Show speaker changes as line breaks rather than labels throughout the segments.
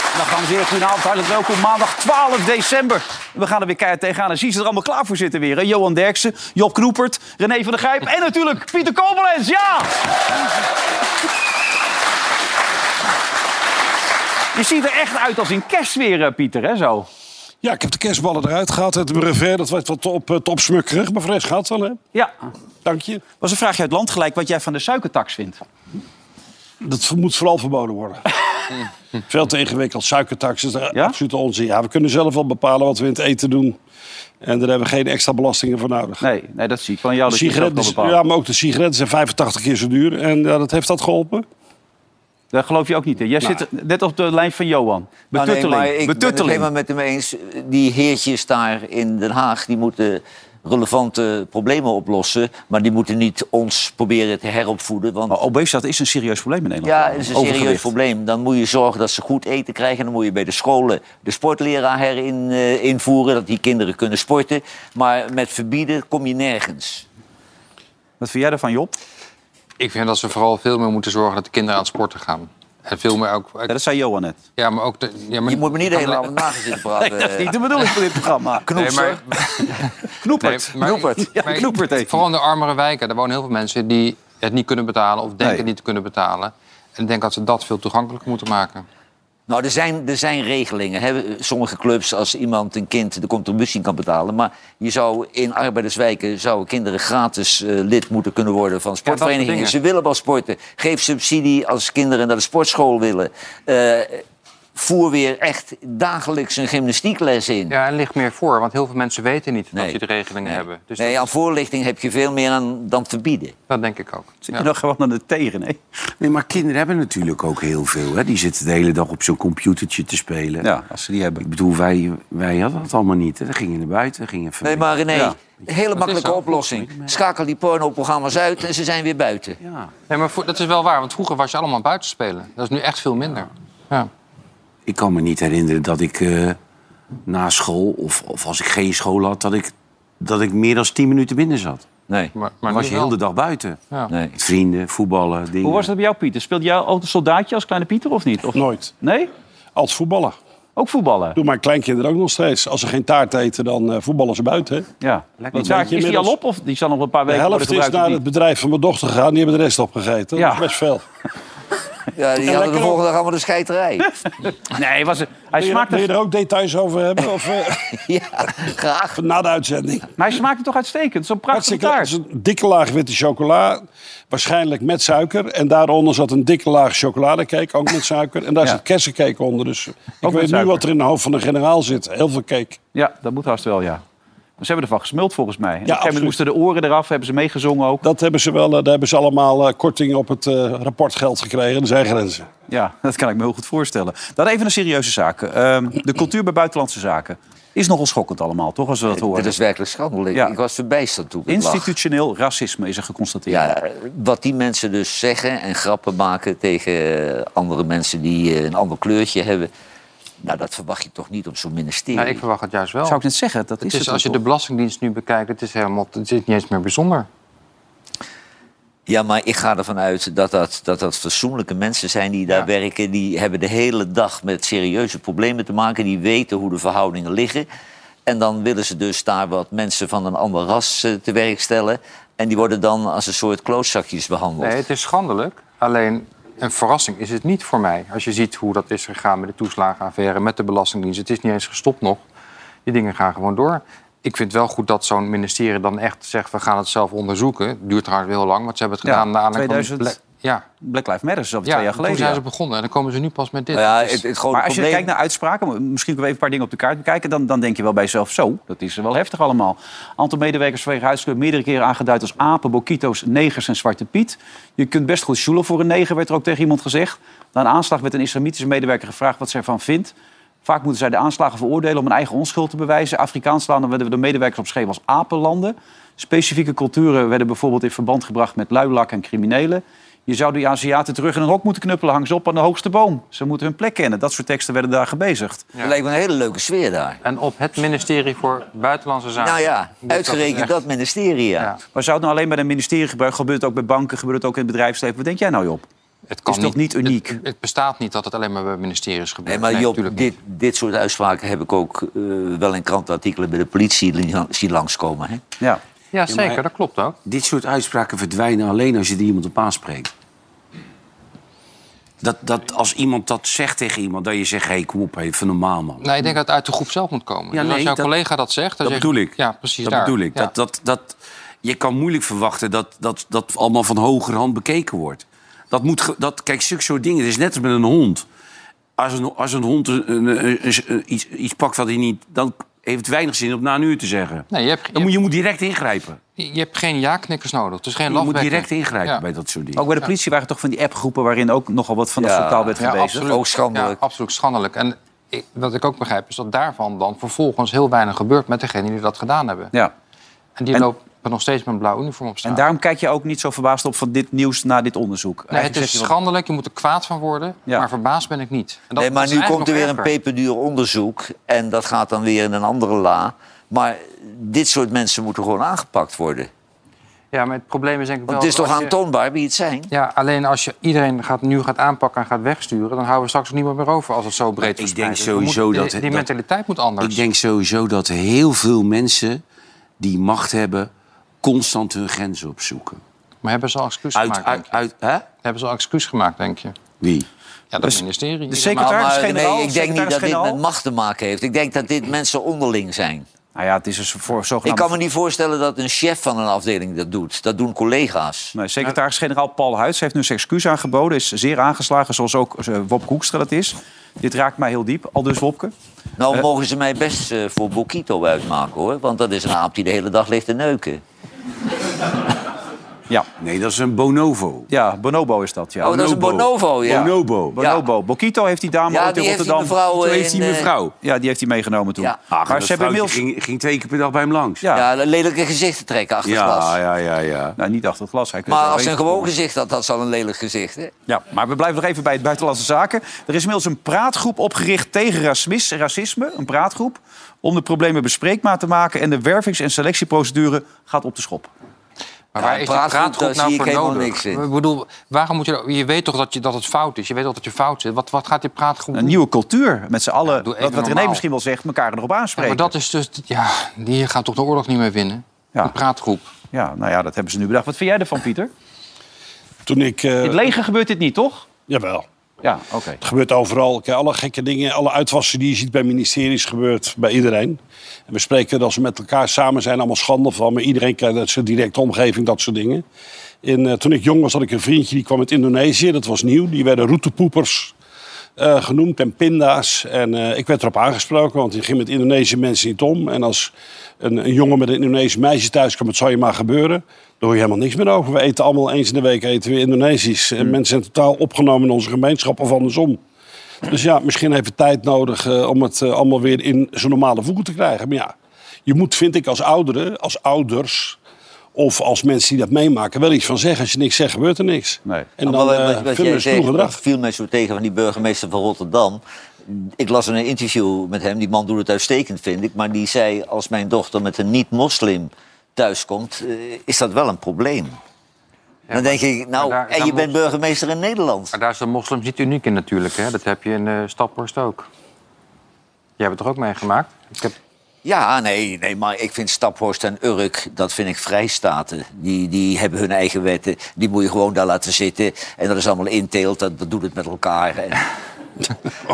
Goedemiddag, goedenavond, hartelijk welkom. Maandag 12 december. We gaan er weer keihard tegenaan. En zie ze er allemaal klaar voor zitten weer. Hè? Johan Derksen, Job Knoepert, René van der Grijp en natuurlijk Pieter Kobelens. Ja! Je ziet er echt uit als in kerst weer, eh, Pieter, hè, zo.
Ja, ik heb de kerstballen eruit gehaald. Het brevet, dat werd wat op, eh, te opsmukkerig. Maar voor de rest gaat het wel, hè?
Ja,
Dank je.
was een vraagje uit land gelijk wat jij van de suikertax vindt.
Dat moet vooral verboden worden. Veel te ingewikkeld. Suikertax is
Ja?
absoluut onzin. Ja, we kunnen zelf wel bepalen wat we in het eten doen. En daar hebben we geen extra belastingen voor nodig.
Nee, nee dat zie ik van jou.
De
Dat je dat
sigaretten,
kan
dus-
is-
bepalen.
ja, maar ook de sigaretten zijn 85 keer zo duur. En ja, dat heeft dat geholpen.
Daar geloof je ook niet in. Jij
Nou.
zit net op de lijn van Johan.
Nou,
Betutteling.
nee, maar ik ben het
Betutteling.
helemaal met hem eens. Die heertjes daar in Den Haag, die moeten relevante problemen oplossen. Maar die moeten niet ons proberen te heropvoeden. Want
Maar obesitas is een serieus probleem in Nederland.
ja, het is een serieus
Oh, Overgewicht.
probleem. Dan moet je zorgen dat ze goed eten krijgen. Dan moet je bij de scholen de sportleraar herin, eh, invoeren. Dat die kinderen kunnen sporten. Maar met verbieden kom je nergens.
Wat vind jij daarvan, Job?
Ik vind dat ze vooral veel meer moeten zorgen dat de kinderen aan het sporten gaan. En veel meer ook.
Ja, dat zei Johan net.
Ja, maar ook. De, ja, maar,
Je moet me niet de
kan-
hele avond nagezitten praten.
Dat is niet de bedoeling van dit programma.
Nee,
Knoepert.
maar,
Knoepert.
Nee, maar-
Knoepert. Ja,
maar-
knoepert heet
Vooral in de armere wijken. Daar wonen heel veel mensen die het niet kunnen betalen of denken
Nee.
niet te kunnen betalen. En ik denk dat ze dat veel toegankelijker moeten maken.
Nou, er zijn, er zijn regelingen. Hè. Sommige clubs, als iemand een kind de contributie kan betalen. Maar je zou in arbeiderswijken zouden kinderen gratis eh, lid moeten kunnen worden van sportverenigingen.
dingen.
ze willen wel sporten. Geef subsidie als kinderen naar de sportschool willen. Eh, voer weer echt dagelijks een gymnastiekles in.
Ja, en ligt meer voor, want heel veel mensen weten niet
Nee.
dat ze de regelingen hebben. Dus
nee, aan voorlichting heb je veel meer aan dan verbieden.
dat, dat denk ik ook.
Zit
Ja.
je dan gewoon aan de tegen, hè?
Nee, maar kinderen hebben natuurlijk ook heel veel. Hè? Die zitten de hele dag op zo'n computertje te spelen.
Ja, als ze die hebben.
Ik bedoel, wij, wij hadden dat allemaal niet. Hè? Dan gingen we naar buiten, gingen even...
Nee, maar René,
Ja.
hele makkelijke
zo.
oplossing. Schakel die pornoprogramma's uit en ze zijn weer buiten.
Ja.
Nee, maar voor- dat is wel waar, want vroeger was je allemaal buiten spelen. Dat is nu echt veel minder. Ja.
Ik kan me niet herinneren dat ik eh, na school, of, of als ik geen school had... Dat ik, dat ik meer dan 10 minuten binnen zat.
Nee.
Maar, maar
Dan was
nu
je heel
wel.
de dag buiten.
Ja.
nee.
Met vrienden, voetballen, dingen.
Hoe was dat bij jou, Pieter? Speelde jij ook een soldaatje als kleine Pieter of niet? Of...
Nooit.
Nee?
Als voetballer.
Ook voetballen?
Doen mijn kleinkinderen ook nog steeds. Als ze geen taart eten, dan eh, voetballen ze buiten. hè.
Ja. Dat zaakje, is die al
inmiddels.
op of die zal nog een paar
De
weken worden
helft is
gebruikt?
naar
of
het
niet?
bedrijf van mijn dochter gegaan. Die hebben de rest opgegeten.
Ja.
Dat is best veel.
Ja, die hadden de
lekker op.
volgende dag allemaal de scheiterij.
Nee, was het... hij,
Wil je,
smaakte...
wil je er ook details over hebben? Of, eh,
Ja, graag.
na de uitzending.
maar hij smaakte toch uitstekend? Zo'n prachtige
Hartstikke het is
taart.
een dikke laag witte chocola. Waarschijnlijk met suiker. En daaronder zat een dikke laag chocoladecake, ook met suiker. En daar
Ja.
zit kersencake onder. Dus
met
ik weet nu
suiker.
wat er in de hoofd van de generaal zit. Heel veel cake.
Ja, dat moet haast wel, ja. Maar ze hebben ervan gesmuld volgens mij. En op een gegeven moment
absoluut.
moesten de oren eraf, hebben ze meegezongen ook.
Dat hebben ze wel, eh, daar hebben ze allemaal eh, korting op het eh, rapportgeld gekregen. Er zijn grenzen.
Ja, dat kan ik me heel goed voorstellen. Dan even een serieuze zaak. Ehm, de cultuur bij buitenlandse zaken is nogal schokkend allemaal, toch? Als we dat horen.
Dat is werkelijk schandelijk.
Ja.
Ik was verbijsterd toen ik het lag.
Institutioneel racisme is er geconstateerd.
Ja, wat die mensen dus zeggen en grappen maken tegen eh, andere mensen die eh, een ander kleurtje hebben. Nou, dat verwacht je toch niet op zo'n ministerie.
Nou, ik verwacht het juist wel.
Zou ik net zeggen, dat
Het
is
is,
het
Dus als je de
dan toch?
Belastingdienst nu bekijkt, het is, helemaal, het is niet eens meer bijzonder.
Ja, maar ik ga ervan uit dat dat, dat dat fatsoenlijke mensen zijn die daar
Ja.
werken. Die hebben de hele dag met serieuze problemen te maken. Die weten hoe de verhoudingen liggen. En dan willen ze dus daar wat mensen van een ander ras eh, te werk stellen. En die worden dan als een soort klootzakjes behandeld.
Nee, het is schandelijk. Alleen een verrassing is het niet voor mij. Als je ziet hoe dat is gegaan met de toeslagenaffaire, met de Belastingdienst. Het is niet eens gestopt nog. Die dingen gaan gewoon door. Ik vind het wel goed dat zo'n ministerie dan echt zegt... we gaan het zelf onderzoeken. Het duurt trouwens heel lang, want ze hebben het
Ja,
gedaan... na aanleiding van-
2000
Ja,
Black Lives Matter is alweer
ja
twee jaar geleden.
toen zijn
ja.
ze begonnen. En dan komen ze nu pas met dit. Dus-
Maar Nou ja,
Het is-
het, het grote
Maar als je
probleem...
kijkt naar uitspraken, misschien kunnen we even een paar dingen op de kaart bekijken... dan, dan denk je wel bij jezelf, zo, dat is wel heftig allemaal. Aantal medewerkers vanwege huidskleur meerdere keren aangeduid... als apen, bokito's, negers en zwarte piet. Je kunt best goed joelen voor een neger, werd er ook tegen iemand gezegd. Na een aanslag werd een islamitische medewerker gevraagd wat ze ervan vindt. Vaak moeten zij de aanslagen veroordelen om hun eigen onschuld te bewijzen. Afrikaans landen werden door medewerkers opgeschreven als apenlanden. Specifieke culturen werden bijvoorbeeld in verband gebracht met luilak en criminelen. Je zou die Aziaten terug in een hok moeten knuppelen, hang ze op aan de hoogste boom. Ze moeten hun plek kennen. Dat soort teksten werden daar gebezigd.
Het lijkt me een hele leuke sfeer daar.
En op het ministerie voor Buitenlandse Zaken.
Nou ja,
Dus dat is
uitgerekend
echt-
dat ministerie, ja.
Ja.
Maar zou het nou alleen bij een ministerie gebeuren? Gebeurt het ook bij banken, gebeurt het ook in het bedrijfsleven? Wat denk jij nou, Job?
Het
is toch niet uniek?
Het, het bestaat niet dat het alleen maar bij ministeries gebeurt.
Nee, maar Job,
natuurlijk
dit, dit soort uitspraken heb ik ook eh, wel in krantenartikelen bij de politie li- zien langskomen. Hè?
Ja.
niet. Ja, zeker.
maar-
Dat klopt ook.
Dit soort uitspraken verdwijnen alleen als je er iemand op aanspreekt. Dat, dat als iemand dat zegt tegen iemand, dat je zegt: hé, kom op, even normaal man.
Nee, ik denk dat het uit de groep zelf moet komen.
Ja,
Dus als
nee,
jouw
dat-
collega dat zegt... Dan
Dat
zeg je-
bedoel ik.
Ja, precies
dat
daar.
bedoel ik.
Ja.
Dat, dat, dat, je kan moeilijk verwachten dat dat, dat allemaal van hoger hand bekeken wordt. Dat moet, ge- dat, kijk, zulke soort dingen. Het is net als met een hond. Als een, als een hond een, een- een- een- iets, iets pakt wat hij niet... dan heeft het weinig zin om na een uur te zeggen.
Nee, je hebt, je,
Dan moet, je moet direct ingrijpen.
hebt- je hebt geen ja-knikkers nodig. Dus geen
Je moet
lachwekkers.
direct ingrijpen
Ja.
bij dat soort dingen.
Ook bij de politie waren toch van die appgroepen waarin ook nogal wat van dat
Ja.
soort taal werd
Ja,
gewezen.
absoluut.
Ook schandelijk.
Ja, absoluut schandelijk. En ik- wat ik ook begrijp is dat daarvan dan vervolgens heel weinig gebeurt met degenen die dat gedaan hebben.
Ja.
En die
En-
lopen nog steeds met een blauw uniform op straat.
En daarom kijk je ook niet zo verbaasd op van dit nieuws na dit onderzoek.
Nee, het
Eigenlijk
is
zeg je wel-
schandelijk, je moet er kwaad van worden.
Ja.
Maar verbaasd ben ik niet. En dat-
nee, maar
dat is
nu
eigenlijk
komt er weer
nog
een
erger.
peperduur onderzoek en dat gaat dan weer in een andere la. Maar dit soort mensen moeten gewoon aangepakt worden.
Ja, maar het probleem is denk ik wel...
Want het is
dat
toch
als je-
aantoonbaar wie het zijn?
Ja, alleen als je iedereen gaat, nu gaat aanpakken en gaat wegsturen... dan houden we straks ook niemand meer over als het zo breed
Ik
verspreid
denk
is. We moeten-
sowieso dat-
Die, die
dat-
mentaliteit moet anders.
Ik denk sowieso dat heel veel mensen die macht hebben... constant hun grenzen opzoeken.
Maar hebben ze al excuus
Uit,
gemaakt,
uit,
denk je?
uit, hè?
Hebben ze al excuus gemaakt, denk je?
Wie?
Ja, dat
Dus-
ministerie.
dus zeker-
Iedereen-
Secretaris-generaal,
nee, ik denk niet dat dit
secretaris-generaal?
met macht te maken heeft. Ik denk dat dit mensen onderling zijn.
Nou ja, het is dus voor
Ik
zogenaamde...
kan me niet voorstellen dat een chef van een afdeling dat doet. Dat doen collega's.
Nee, secretaris-generaal Paul Huids heeft nu zijn excuus aangeboden. Is zeer aangeslagen, zoals ook eh, Wopke Hoekstra dat is. Dit raakt mij heel diep, al dus Wopke.
Nou mogen ze mij best eh, voor Bokito uitmaken, hoor. Want dat is een aap die de hele dag ligt te neuken. Oh,
Ja,
Nee, dat is een bonovo.
ja Bonobo is dat. Ja.
Oh, dat is een bonovo, ja.
Bonobo.
Bonobo. Bokito heeft die dame
Ja,
ooit in
die heeft die
Rotterdam... Oh,
mevrouw... eh,
Toen heeft die
in, eh,
mevrouw. Ah,
Ja, die heeft hij meegenomen toen.
Ja.
Ach,
maar ze hebben
inmiddels...
inmiddels...
ging, ging twee keer per dag bij hem langs.
Ja.
Ja, lelijke gezichten trekken achter het glas.
ja, ja, ja, ja.
Nou, niet achter het glas. hij kan
Maar
zo
als ze een
weten.
gewoon gezicht had, had ze al een lelijk gezicht. Hè?
Ja, maar we blijven nog even bij het buitenlandse zaken. Er is inmiddels een praatgroep opgericht tegen rasmis- racisme. Een praatgroep om de problemen bespreekbaar te maken. En de wervings- en selectieprocedure gaat op de schop.
Maar
Ja,
waar is die
praatgroep,
praatgroep
daar
nou
zie ik
voor
helemaal
nodig?
niks in.
Ik bedoel, waarom moet je... dat- Je weet toch dat, je, dat het fout is? Je weet toch dat je fout zit? Wat, wat gaat die praatgroep
Een
doen?
nieuwe cultuur met z'n allen.
doe
wat
even
wat René
normaal.
misschien wel zegt, elkaar erop
Ja, maar
aanspreken. Ja,
dat is dus... Ja, die gaan toch de oorlog niet meer winnen?
Ja.
Die praatgroep.
nou ja, dat hebben ze nu bedacht. Wat vind jij ervan, Pieter?
Toen ik... eh,
In het leger gebeurt dit niet, toch?
jawel.
Ja, oké.
Het gebeurt overal. Kijk, alle gekke dingen, alle uitwassen die je ziet bij ministeries, gebeurt bij iedereen. En we spreken er als we met elkaar samen zijn allemaal schande van. Maar iedereen kent uit zijn directe omgeving dat soort dingen. En, eh, toen ik jong was, had ik een vriendje die kwam uit Indonesië. Dat was nieuw. Die werden routepoepers eh, genoemd en pinda's. En eh, ik werd erop aangesproken, want die ging met Indonesische mensen niet om. En als een, een jongen met een Indonesisch meisje thuis kwam, het zou je maar gebeuren. Daar hoor je helemaal niks meer over. We eten allemaal eens in de week eten we Indonesisch.
Mm.
En mensen zijn totaal opgenomen in onze gemeenschap of andersom. Dus ja, misschien heeft het tijd nodig eh, om het eh, allemaal weer in zijn normale voegen te krijgen. Maar ja, je moet, vind ik, als ouderen, als ouders of als mensen die dat meemaken, wel iets van zeggen. Als je niks zegt, gebeurt er niks.
Nee.
En
Maar
dan
wat-
eh,
wat- wat
vinden
jij
we
zegt,
stoer
dat
gedrag.
viel mij zo tegen van die burgemeester van Rotterdam. Ik las in een interview met hem, die man doet het uitstekend, vind ik. Maar die zei, als mijn dochter met een niet-moslim thuiskomt, eh, is dat wel een probleem. dan denk ik, nou,
maar daar-
en
daar
je bent
moet-
burgemeester in Nederland.
Maar daar zijn moslims niet uniek in natuurlijk. Hè? Dat heb je in eh Staphorst ook. Jij hebt het er ook meegemaakt? Ik heb...
Ja, nee, nee, maar ik vind Staphorst en Urk, dat vind ik vrijstaten. Die, die hebben hun eigen wetten, die moet je gewoon daar laten zitten. En dat is allemaal inteelt, dat, dat doet het met elkaar. En,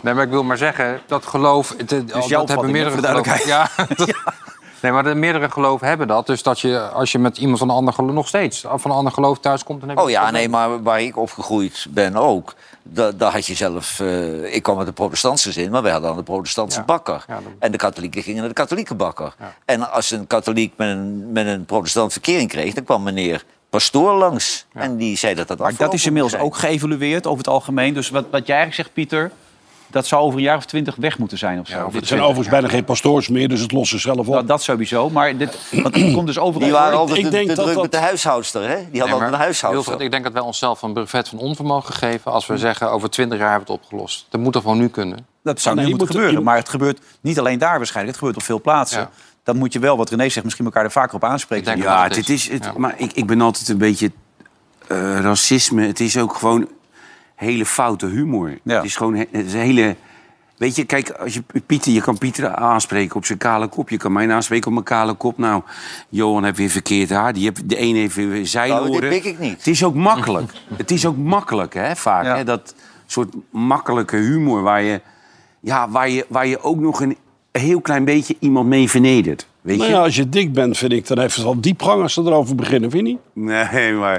Nee, maar ik wil maar zeggen, dat geloof... Het,
Dus jouw
dat hebben
opvatting,
meerdere
hè, voor de
geloven. Ja, dat- Nee, maar de meerdere geloven hebben dat. Dus dat je, als je met iemand van een ander geloof... nog steeds van een ander geloof thuis komt... Dan heb je
Oh ja,
dat nou?
nee, maar waar ik opgegroeid ben ook. da- Daar had je zelf. eh, ik kwam uit de protestantse zin, maar wij hadden dan de protestantse
Ja.
bakker.
Ja, dat-
En de katholieken gingen naar de katholieke bakker. En als een katholiek met een, met een protestant verkering kreeg, dan kwam meneer Pastoor langs. En die zei dat dat
Maar dat
afgelopen
is inmiddels
moest
ook geëvalueerd over het algemeen. Dus wat, wat jij eigenlijk zegt, Pieter... dat zou over een jaar of twintig weg moeten zijn of zo.
Het zijn overigens bijna geen pastoors meer, dus het lost zichzelf op.
Nou, dat sowieso. Maar dit, want het komt dus
zijn.
overal...
Die waren
door.
altijd
ik
te,
denk
te
dat
druk
dat-
met de huishoudster, hè? Die hadden
Nee,
altijd
maar
een huishoudster.
Wilfred, ik denk dat wij onszelf een brevet van onvermogen geven... als we zeggen, over 20 jaar hebben we het opgelost. Dat moet toch gewoon nu kunnen?
Dat zou
Nee,
nu moeten
je moet-
gebeuren.
je-
Maar het gebeurt niet alleen daar waarschijnlijk. Het gebeurt op veel plaatsen.
Ja.
Dan moet je wel, wat René zegt, misschien elkaar er vaker op aanspreken.
Ik denk-
Ja,
dat het
dit
is.
is het,
Ja.
maar ik, ik ben altijd een beetje eh, racisme. Het is ook gewoon hele foute humor.
Ja.
Het is gewoon he- het is een hele... Weet je, kijk, als je, Pieter, je kan Pieter aanspreken op zijn kale kop. Je kan mij aanspreken op mijn kale kop. Nou, Johan heeft weer verkeerd haar. Die heeft, de een heeft weer zijloren.
Nou, dit pik ik niet.
Het is ook makkelijk. het is ook makkelijk, hè, vaak.
Ja.
Hè, dat soort makkelijke humor waar je, ja, waar je, waar je ook nog een heel klein beetje iemand mee vernedert. Weet
Nou
je?
ja, als je dik bent, vind ik, dan heeft het wel diepgang als ze erover beginnen, vind je niet?
Nee, maar...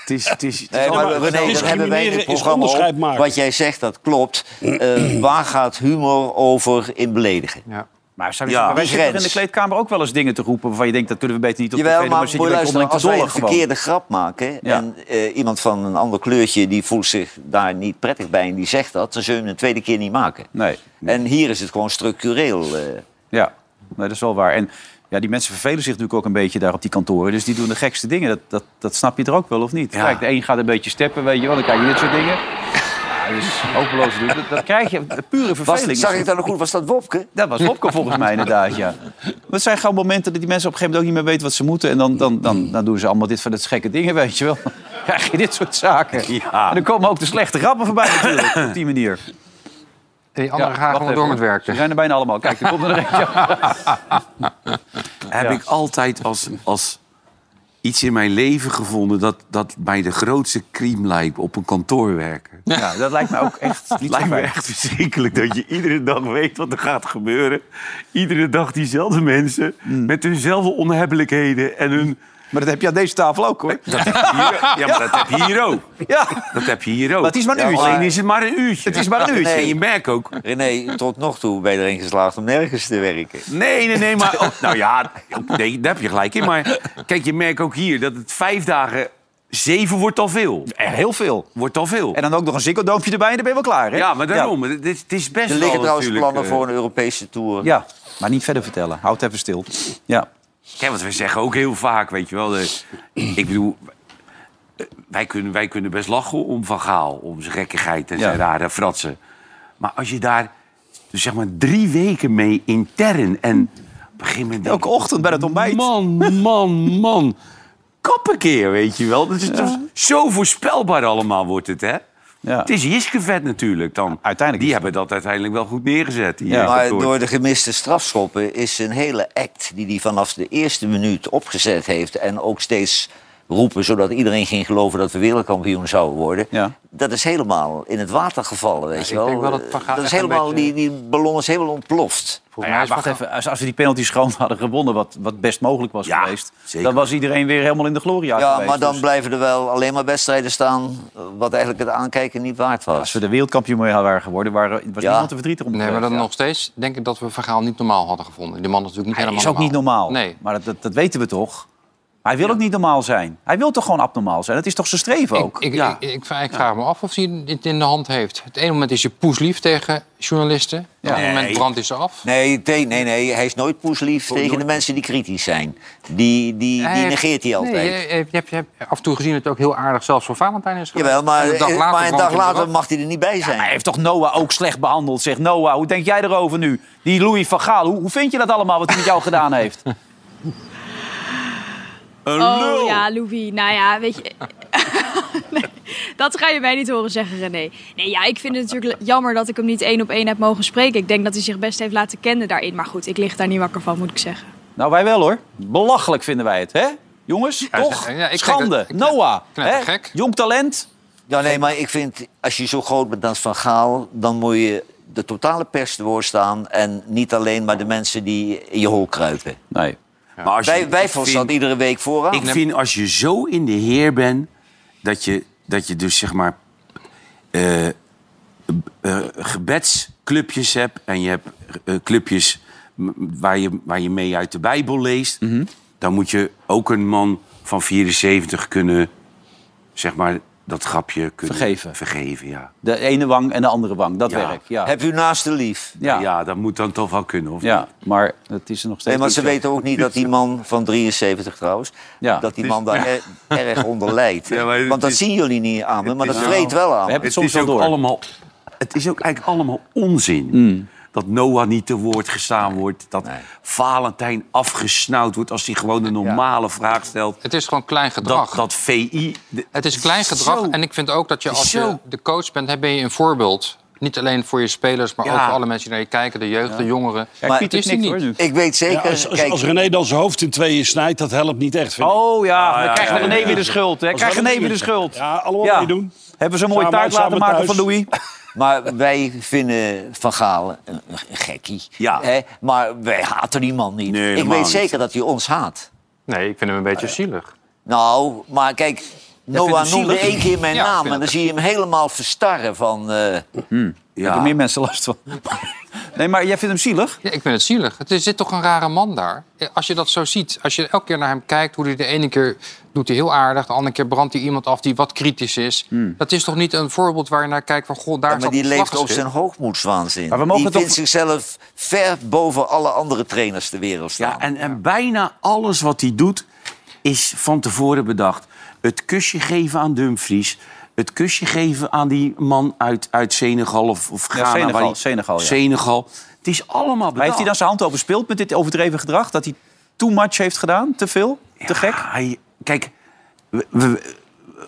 het is, het is, het is
Nee, maar
allemaal-
René, dat hebben wij in
discrimineren
het
is
programma
onderscheid
ook.
maken.
Wat jij zegt, dat klopt. Eh, waar gaat humor over in beledigen?
Ja.
Maar zijn
Ja,
wij
die
zitten toch in
grens.
de kleedkamer ook wel eens dingen te roepen... waarvan je denkt, dat kunnen we beter niet op
Jawel,
tv doen,
maar
maar zit
moet
je
je
met onderling
luisteren,
te
als wij
dollen
een
gewoon.
verkeerde grap maken...
Ja.
en eh, iemand van een ander kleurtje die voelt zich daar niet prettig bij... en die zegt dat, dan zul je hem een tweede keer niet maken.
Nee,
En hier is het gewoon structureel. eh.
ja. Nee, dat is wel waar. En ja, die mensen vervelen zich natuurlijk ook een beetje daar op die kantoren. Dus die doen de gekste dingen. Dat, dat, dat snap je er ook wel, of niet?
Ja.
Kijk, de een gaat een beetje steppen, weet je wel. Dan krijg je dit soort dingen. Ja, dus hopeloos doen. Dat, dat krijg je. Pure
Was,
verveling.
zag ik dat nog goed? Was dat Wopke?
Dat was Wopke volgens mij inderdaad, ja. Maar het zijn gewoon momenten dat die mensen op een gegeven moment ook niet meer weten wat ze moeten. En dan, dan, dan, dan doen ze allemaal dit van het gekke dingen, weet je wel. Dan krijg je dit soort zaken.
Ja.
En dan komen ook de slechte grappen voorbij natuurlijk, op die manier.
En die anderen
Ja,
gaan
wacht
gewoon
even.
door met
Ze
werken.
zijn er bijna allemaal. Kijk, er komt er een eentje.
heb ik altijd als, als iets in mijn leven gevonden dat, dat mij de grootste kriem lijkt op een kantoor werken.
Ja, dat lijkt me ook echt niet zo
lijkt me
fijn.
echt verschrikkelijk dat je iedere dag weet wat er gaat gebeuren. Iedere dag diezelfde mensen met hunzelfde onhebbelijkheden en hun.
Hmm. Maar dat heb je aan deze tafel ook, hoor.
Dat heb je hier, ja, maar dat heb je hier ook.
Ja,
Dat heb je hier ook.
Maar het is maar een
Ja,
uurtje.
Alleen is het maar een uurtje.
het is maar een uurtje.
En je merkt ook.
René, tot nog toe ben je erin geslaagd om nergens te werken.
Nee, nee, nee, maar. oh, nou ja, nee, daar heb je gelijk in. Maar kijk, je merkt ook hier dat het vijf dagen. Zeven wordt al veel.
Heel veel.
Wordt al veel.
En dan ook nog een zikkeldoompje erbij en dan ben je wel klaar, hè?
Ja, maar daarom. Het, is- het is best
Er
wel
liggen trouwens
natuurlijk,
plannen
eh,
voor een Europese tour.
Ja, maar niet verder vertellen. Houd even stil. Ja.
Ja, want we zeggen ook heel vaak, weet je wel. de- ik bedoel, eh, wij kunnen, wij kunnen best lachen om Van Gaal, om zijn gekkigheid en zijn
Ja.
rare fratsen. Maar als je daar dus zeg maar drie weken mee intern en begin met
Elke ochtend bij het ontbijt.
Man, man, man. Kap een keer, weet je wel. Dat is toch zo voorspelbaar allemaal wordt het, hè?
Ja.
Het is Jiskevet natuurlijk dan.
Uiteindelijk
Die
is-
hebben dat uiteindelijk wel goed neergezet. die,
Ja.
eh,
Maar
kantoor.
door de gemiste strafschoppen is een hele act die hij vanaf de eerste minuut opgezet heeft. En ook steeds roepen, zodat iedereen ging geloven dat we wereldkampioen zouden worden.
Ja.
Dat is helemaal in het water gevallen, weet je
ik
wel.
denk wel dat Van Gaal
dat is
echt een
helemaal,
beetje-
die, die ballon is helemaal ontploft.
Nou ja, wacht even. Als, als we die penalties gewoon hadden gewonnen, wat, wat best mogelijk was
Ja,
geweest...
zeker.
dan was iedereen weer helemaal in de gloria
Ja,
geweest.
maar dan
Dus
blijven er wel alleen maar wedstrijden staan... eh, wat eigenlijk het aankijken niet waard
als
was.
we de wereldkampioen mee waren geworden, waren, was
Ja.
niemand te verdrietig om
Nee, maar dan
geweest.
nog steeds denk ik dat we verhaal niet normaal hadden gevonden. Die man is natuurlijk niet
Hij
helemaal
is ook niet normaal.
Nee.
Maar dat, dat, dat weten we toch? Hij wil ook niet normaal zijn. Hij wil toch gewoon abnormaal zijn? Dat is toch zijn streven ook?
Ik, ik,
Ja.
ik, ik vraag ik vraag me af of hij dit in de hand heeft. Het ene moment is hij poeslief tegen journalisten. Op het andere moment
Nee.
brandt hij ze af.
Nee, te- nee, nee, hij is nooit poeslief tegen de mensen die kritisch zijn. Die, die, die
heeft-
negeert hij altijd.
Nee, je, je, hebt- je hebt- je hebt af en toe gezien dat het ook heel aardig zelfs voor Valentijn is geweest.
Jawel, maar eh,
En
maar
een dag later, brandt hij eraf.
mag hij er niet bij
Hij
zijn.
heeft toch Noah ook slecht behandeld? Zegt Noah, hoe denk jij erover nu? Die Louis van Gaal, hoe, hoe vind je dat allemaal wat hij met jou gedaan heeft?
Een
Oh
lul.
ja, Louis. Nou ja, weet je. Nee, dat ga je mij niet horen zeggen, René. Nee, ja, ik vind het natuurlijk jammer dat ik hem niet één op één heb mogen spreken. Ik denk dat hij zich best heeft laten kennen daarin. Maar goed, ik lig daar niet wakker van, moet ik zeggen.
Nou, wij wel hoor. Belachelijk vinden wij het, hè? Jongens, toch?
ja, ik kijk
Schande.
dat- ik knet-
Noah. hè?
knettergek.
Jong talent.
Ja, nee, maar ik vind, als je zo groot bent als Van Gaal... dan moet je de totale pers te woord staan... en niet alleen maar de mensen die in je hol kruipen.
Nee.
Maar als je-
Wij, wij
ik vind-
staan iedere week vooraan.
Oh.
Ik vind als je zo in de heer bent, dat je, dat je dus zeg maar eh, eh, gebedsclubjes hebt en je hebt eh, clubjes m- waar je, waar je mee uit de Bijbel leest,
Mhm.
dan moet je ook een man van 74 kunnen, zeg maar, dat grapje kunnen
Vergeven.
Vergeven, ja.
De ene wang en de andere wang. Dat
Ja.
werk. Ja.
Heb u naast de lief.
ja.
ja.
Ja.
dat moet dan toch wel kunnen, of niet?
maar het is er nog steeds.
Nee, maar ze
niet zo.
weten ook niet dat die man van 73 trouwens...
Ja.
dat die man daar er- erg onder lijdt.
Ja, maar het
Want dat
is-
zien jullie niet aan me, maar
het
dat
is
vreet wel aan
We
me.
hebben het soms
is
wel
ook
door.
allemaal. Het is ook eigenlijk allemaal onzin. dat Noah niet te woord gestaan wordt. Dat Valentijn afgesnauwd wordt als hij gewoon een normale vraag stelt.
Het is gewoon klein gedrag.
Dat, dat VI... de-
Het is klein gedrag.
Zo.
En ik vind ook dat je als je
Zo.
de coach bent, dan ben je een voorbeeld. Niet alleen voor je spelers, maar
Ja.
ook voor alle mensen die naar je kijken. De jeugd, de jongeren.
Kijk, Piet is
het
niks
niet.
hoor nu.
Ik weet zeker...
Ja,
eh,
als, als,
kijk,
als René dan zijn hoofd in tweeën snijdt, dat helpt niet echt. Vind ik.
Oh ja, dan
ja,
krijgt
ja, ja.
René weer de schuld. Hè.
Dat is
Krijgt
wel
René
een
weer de
dingetje.
schuld.
Ja, allemaal
Ja.
meedoen.
Hebben ze een mooie
Samen-
taart laten
samen
maken
thuis.
van Louis.
Maar wij vinden Van Gaal een, een gekkie.
Ja.
Hè? Maar wij haten die man niet.
Nee,
ik
helemaal
weet
niet.
zeker dat hij ons haat.
Nee, ik vind hem een beetje zielig.
Nou, maar kijk,
vindt
Noah
hem
noemde
zielig?
één keer mijn
Ja, ik
naam...
vind
en dan
het
zie je hem helemaal verstarren van... eh,
Daar
Ja.
hebben meer mensen last van. Nee, maar jij vindt hem zielig?
Ja, ik vind het zielig. Het is, zit toch een rare man daar. Ja, Als je dat zo ziet, als je elke keer naar hem kijkt, hoe hij de ene keer doet hij heel aardig, de andere keer brandt hij iemand af die wat kritisch is.
Hmm.
Dat is toch niet een voorbeeld waar je naar kijkt van goh, daar
Ja,
is
maar
dat
die leeft op
slaggeschil.
zijn hoogmoedswaanzin.
Maar we mogen
die
toch-
vindt zichzelf ver boven alle andere trainers ter wereld staan.
Ja, en, en bijna alles wat hij doet is van tevoren bedacht. Het kusje geven aan Dumfries. Het kusje geven aan die man uit, uit Senegal of, of Ghana.
Senegal,
waar die-
Senegal, ja.
Senegal. Het is allemaal
Maar
bedacht.
heeft hij dan zijn hand overspeeld met dit overdreven gedrag? Dat hij too much heeft gedaan? Te veel? Te
Ja,
gek?
hij- kijk, we- we-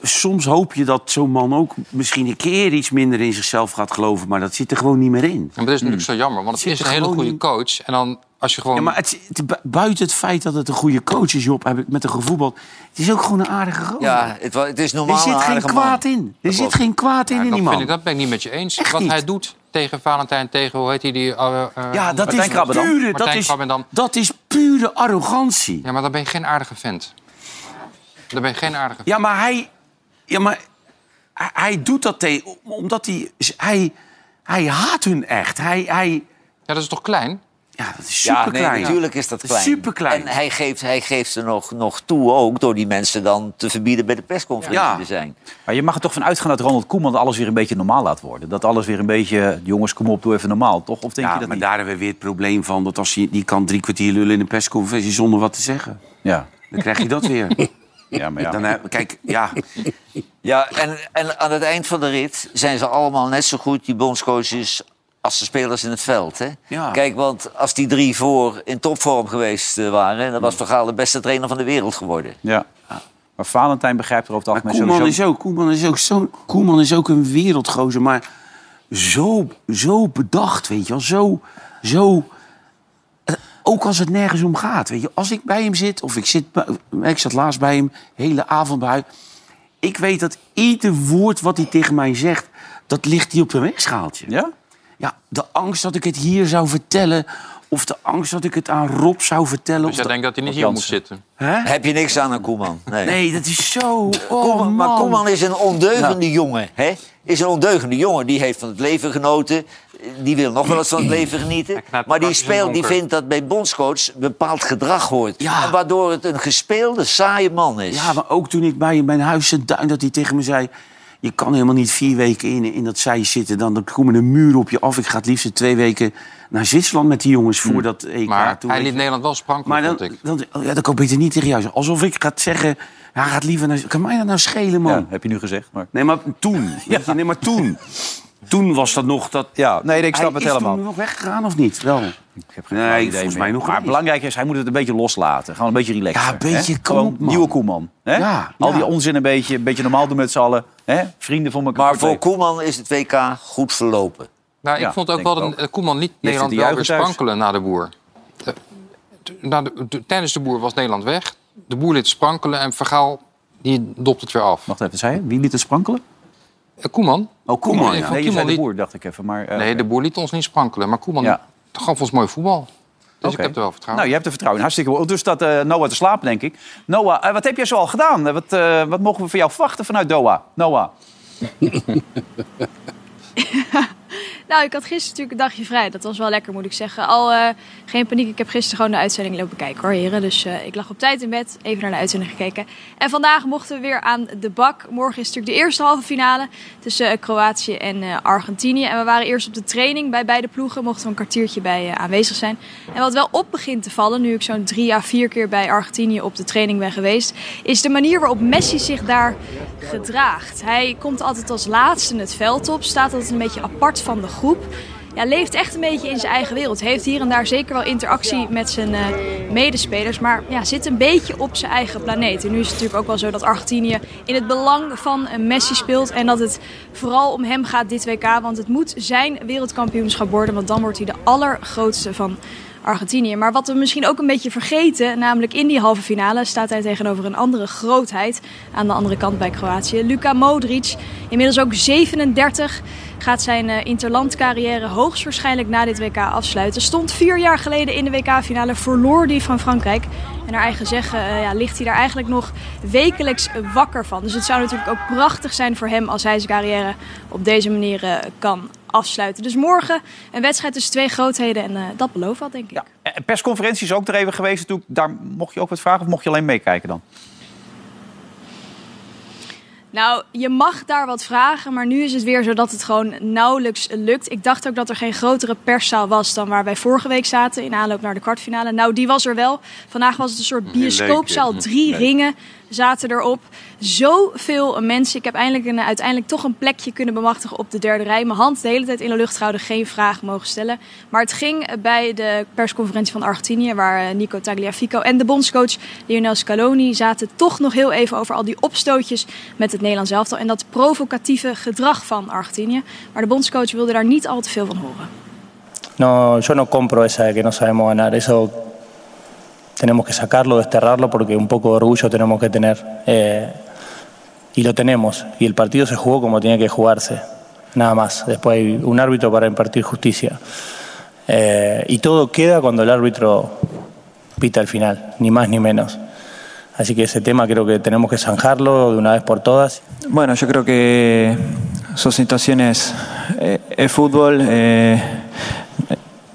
soms hoop je dat zo'n man ook misschien een keer iets minder in zichzelf gaat geloven. Maar dat zit er gewoon niet meer in.
En dat is natuurlijk zo jammer, want het
Hmm.
is
Zit er
een hele
gewoon
goede
niet-
coach. En dan als je gewoon...
Ja, maar het, het- bu- buiten het feit dat het een goede coach is, Job, heb ik met een gevoetbald. Het is ook gewoon een aardige gozer.
Ja, het, wa- het is normaal
Er zit
een
geen
aardige
kwaad
man.
in. Er zit
klopt.
geen kwaad in in
dat,
die
vind
man.
ik, dat ben ik niet met je eens.
Echt
Wat
niet.
hij doet tegen Valentijn, tegen hoe heet hij die... eh, eh,
Ja, dat
Martijn
is,
Krabbedam.
pure, dat,
Martijn
is,
Krabbedam.
dat is pure arrogantie.
Ja, maar dan ben je geen aardige vent. Dan ben je geen aardige
Ja, maar hij... Ja, maar hij, hij doet dat tegen... Omdat hij... Hij, hij haat hun echt. Hij... hij
Ja, dat is toch klein?
ja, dat is
Ja,
superklein.
nee, natuurlijk is dat klein.
Superklein.
En eh, hij geeft, hij geeft er nog, nog toe ook door die mensen dan te verbieden bij de persconferentie
Ja.
te zijn.
Maar je mag er toch van uitgaan dat Ronald Koeman alles weer een beetje normaal laat worden. Dat alles weer een beetje... Jongens, kom op, doe even normaal, toch? Of denk
Ja,
je dat
maar
niet?
daar hebben we weer het probleem van. Dat als hij, die kan drie kwartier lullen in een persconferentie zonder wat te zeggen.
Ja.
Dan krijg je dat weer.
Ja, maar ja.
Dan, heb- kijk, ja.
Ja, en, en aan het eind van de rit zijn ze allemaal net zo goed, die bondscoaches, als de spelers in het veld. Hè?
Ja.
Kijk, want als die drie voor in topvorm geweest eh, waren, dan was
Mm.
Van Gaal de beste trainer van de wereld geworden.
ja. Maar Valentijn begrijpt er over het
Maar
algemeen
Koeman,
sowieso...
is ook, Koeman, is ook zo, Koeman is ook een wereldgozer, maar zo, zo bedacht, weet je wel. Zo, zo, eh, ook als het nergens om gaat, weet je. Als ik bij hem zit, of ik, zit, bij- eh, ik zat laatst bij hem, hele avond bij hem. Ik weet dat ieder woord wat hij tegen mij zegt, dat ligt hij op een wegschaaltje.
Ja?
Ja, de angst dat ik het hier zou vertellen, of de angst dat ik het aan Rob zou vertellen.
Dus
of
jij
de-
denkt dat hij niet
Op
hier moet
Jansen.
zitten.
Hè?
Heb je niks aan een Koeman? Nee.
Nee, dat is zo... Oh,
Koeman, maar
man.
Koeman is een ondeugende jongen. Hè? Is een ondeugende jongen. Die heeft van het leven genoten. Die wil nog wel eens van het leven genieten.
knijpt
Maar die
praktisch in
speelt, die
donker.
vindt dat bij bondscoach bepaald gedrag hoort.
Ja.
En waardoor het een gespeelde, saaie man is.
Ja, maar ook toen ik bij mijn huis zat, duin, dat hij tegen me zei... je kan helemaal niet vier weken in, in dat zij zitten. Dan, dan komen er muren op je af. Ik ga het liefst twee weken naar Zwitserland met die jongens voor dat EK.
Maar
toe,
hij
weet
liet
je.
Nederland wel
maar
sprankelen,
dan,
vond ik.
dan, oh ja, dan kan ik beter niet tegen jou zeggen. Alsof ik ga zeggen, hij gaat liever naar... Kan mij dat nou schelen, man?
Ja, heb je nu gezegd. Maar...
Nee, maar toen. Weet je, Nee, maar toen. Toen was dat nog dat...
Ja, nee, ik snap
Hij
het helemaal.
Is toen nog weggegaan of niet? Wel.
Ik heb
Nee,
flauw
volgens
meer.
mij nog
Maar
niet.
belangrijk is, hij moet het een beetje loslaten. Gewoon een beetje relaxen.
Ja, een beetje, kom op, man.
Nieuwe Koeman. Hè?
Ja,
Al
ja.
die onzin een beetje, een beetje normaal doen met z'n allen. Hè? Vrienden van elkaar.
Maar voor Koeman is het WK goed verlopen.
Nou, ik
Ja,
vond ook
denk
wel
ik
dat eh, Koeman niet Nederland
die
wel weer
juichen thuis.
sprankelen na de boer. Eh, t- na de- t- tijdens de boer was Nederland weg. De boer liet sprankelen en Vergaal die dopt het weer af.
Wacht even, zei je? Wie liet het sprankelen?
Eh, Koeman?
Oh,
Koeman,
ja.
ja.
Nee, je zei de
Koeman
boer, dacht ik even. Maar, eh,
Nee, de
oké.
boer liet ons niet sprankelen. Maar Koeman
Ja.
gaf ons mooi voetbal. Dus ik
Oké.
heb er wel vertrouwen
Nou, je hebt er vertrouwen in. Hartstikke goed. Dus dat eh, Noah te slapen, denk ik. Noah, eh, wat heb jij zoal gedaan? Eh, Wat, eh, wat mogen we van jou verwachten vanuit Doha? Noah.
Nou, ik had gisteren natuurlijk een dagje vrij. Dat was wel lekker, moet ik zeggen. Al eh, geen paniek, ik heb gisteren gewoon de uitzending lopen kijken hoor, heren. Dus eh, ik lag op tijd in bed, even naar de uitzending gekeken. En vandaag mochten we weer aan de bak. Morgen is natuurlijk de eerste halve finale tussen eh, Kroatië en eh, Argentinië. En we waren eerst op de training bij beide ploegen. Mochten we een kwartiertje bij eh, aanwezig zijn. En wat wel op begint te vallen, nu ik zo'n drie à vier keer bij Argentinië op de training ben geweest, is de manier waarop Messi zich daar gedraagt. Hij komt altijd als laatste het veld op, staat altijd een beetje apart van de groep. ja, leeft echt een beetje in zijn eigen wereld. Heeft hier en daar zeker wel interactie met zijn eh, medespelers. Maar ja, zit een beetje op zijn eigen planeet. En nu is het natuurlijk ook wel zo dat Argentinië in het belang van eh, Messi speelt. En dat het vooral om hem gaat dit WK. Want het moet zijn wereldkampioenschap worden. Want dan wordt hij de allergrootste van Argentinië. Maar wat we misschien ook een beetje vergeten, namelijk in die halve finale staat hij tegenover een andere grootheid aan de andere kant bij Kroatië. Luka Modric, inmiddels ook 37, gaat zijn eh, interlandcarrière hoogstwaarschijnlijk na dit WK afsluiten. Stond vier jaar geleden in de WK-finale, verloor die van Frankrijk. En naar eigen zeggen eh, ja, ligt hij daar eigenlijk nog wekelijks wakker van. Dus het zou natuurlijk ook prachtig zijn voor hem als hij zijn carrière op deze manier eh, kan afsluiten. Dus morgen een wedstrijd tussen twee grootheden en eh, dat belooft wat, denk ik.
Ja. En persconferentie is Eh, ook er even geweest natuurlijk. Daar mocht je ook wat vragen of mocht je alleen meekijken dan?
Nou, je mag daar wat vragen, maar nu is het weer zo dat het gewoon nauwelijks lukt. Ik dacht ook dat er geen grotere perszaal was dan waar wij vorige week zaten in aanloop naar de kwartfinale. Nou, die was er wel. Vandaag was het een soort bioscoopzaal, drie ringen zaten erop. Zoveel mensen. Ik heb eindelijk een, uiteindelijk toch een plekje kunnen bemachtigen op de derde rij. Mijn hand de hele tijd in de lucht gehouden, geen vraag mogen stellen. Maar het ging bij de persconferentie van Argentinië, waar eh, Nico Tagliafico en de bondscoach Lionel Scaloni zaten toch nog heel even over al die opstootjes met het Nederlands elftal en dat provocatieve gedrag van Argentinië. Maar de bondscoach wilde daar niet al te veel van horen.
No, yo no compro esa de que no sabemos ganar. Eso tenemos que sacarlo, desterrarlo, porque un poco de orgullo tenemos que tener. Eh, y lo tenemos. Y el partido se jugó como tenía que jugarse. Nada más. Después hay un árbitro para impartir justicia. Eh, y todo queda cuando el árbitro pita el final, ni más ni menos. Así que ese tema creo que tenemos que zanjarlo de una vez por todas.
Bueno, yo creo que son situaciones, eh, es fútbol, eh,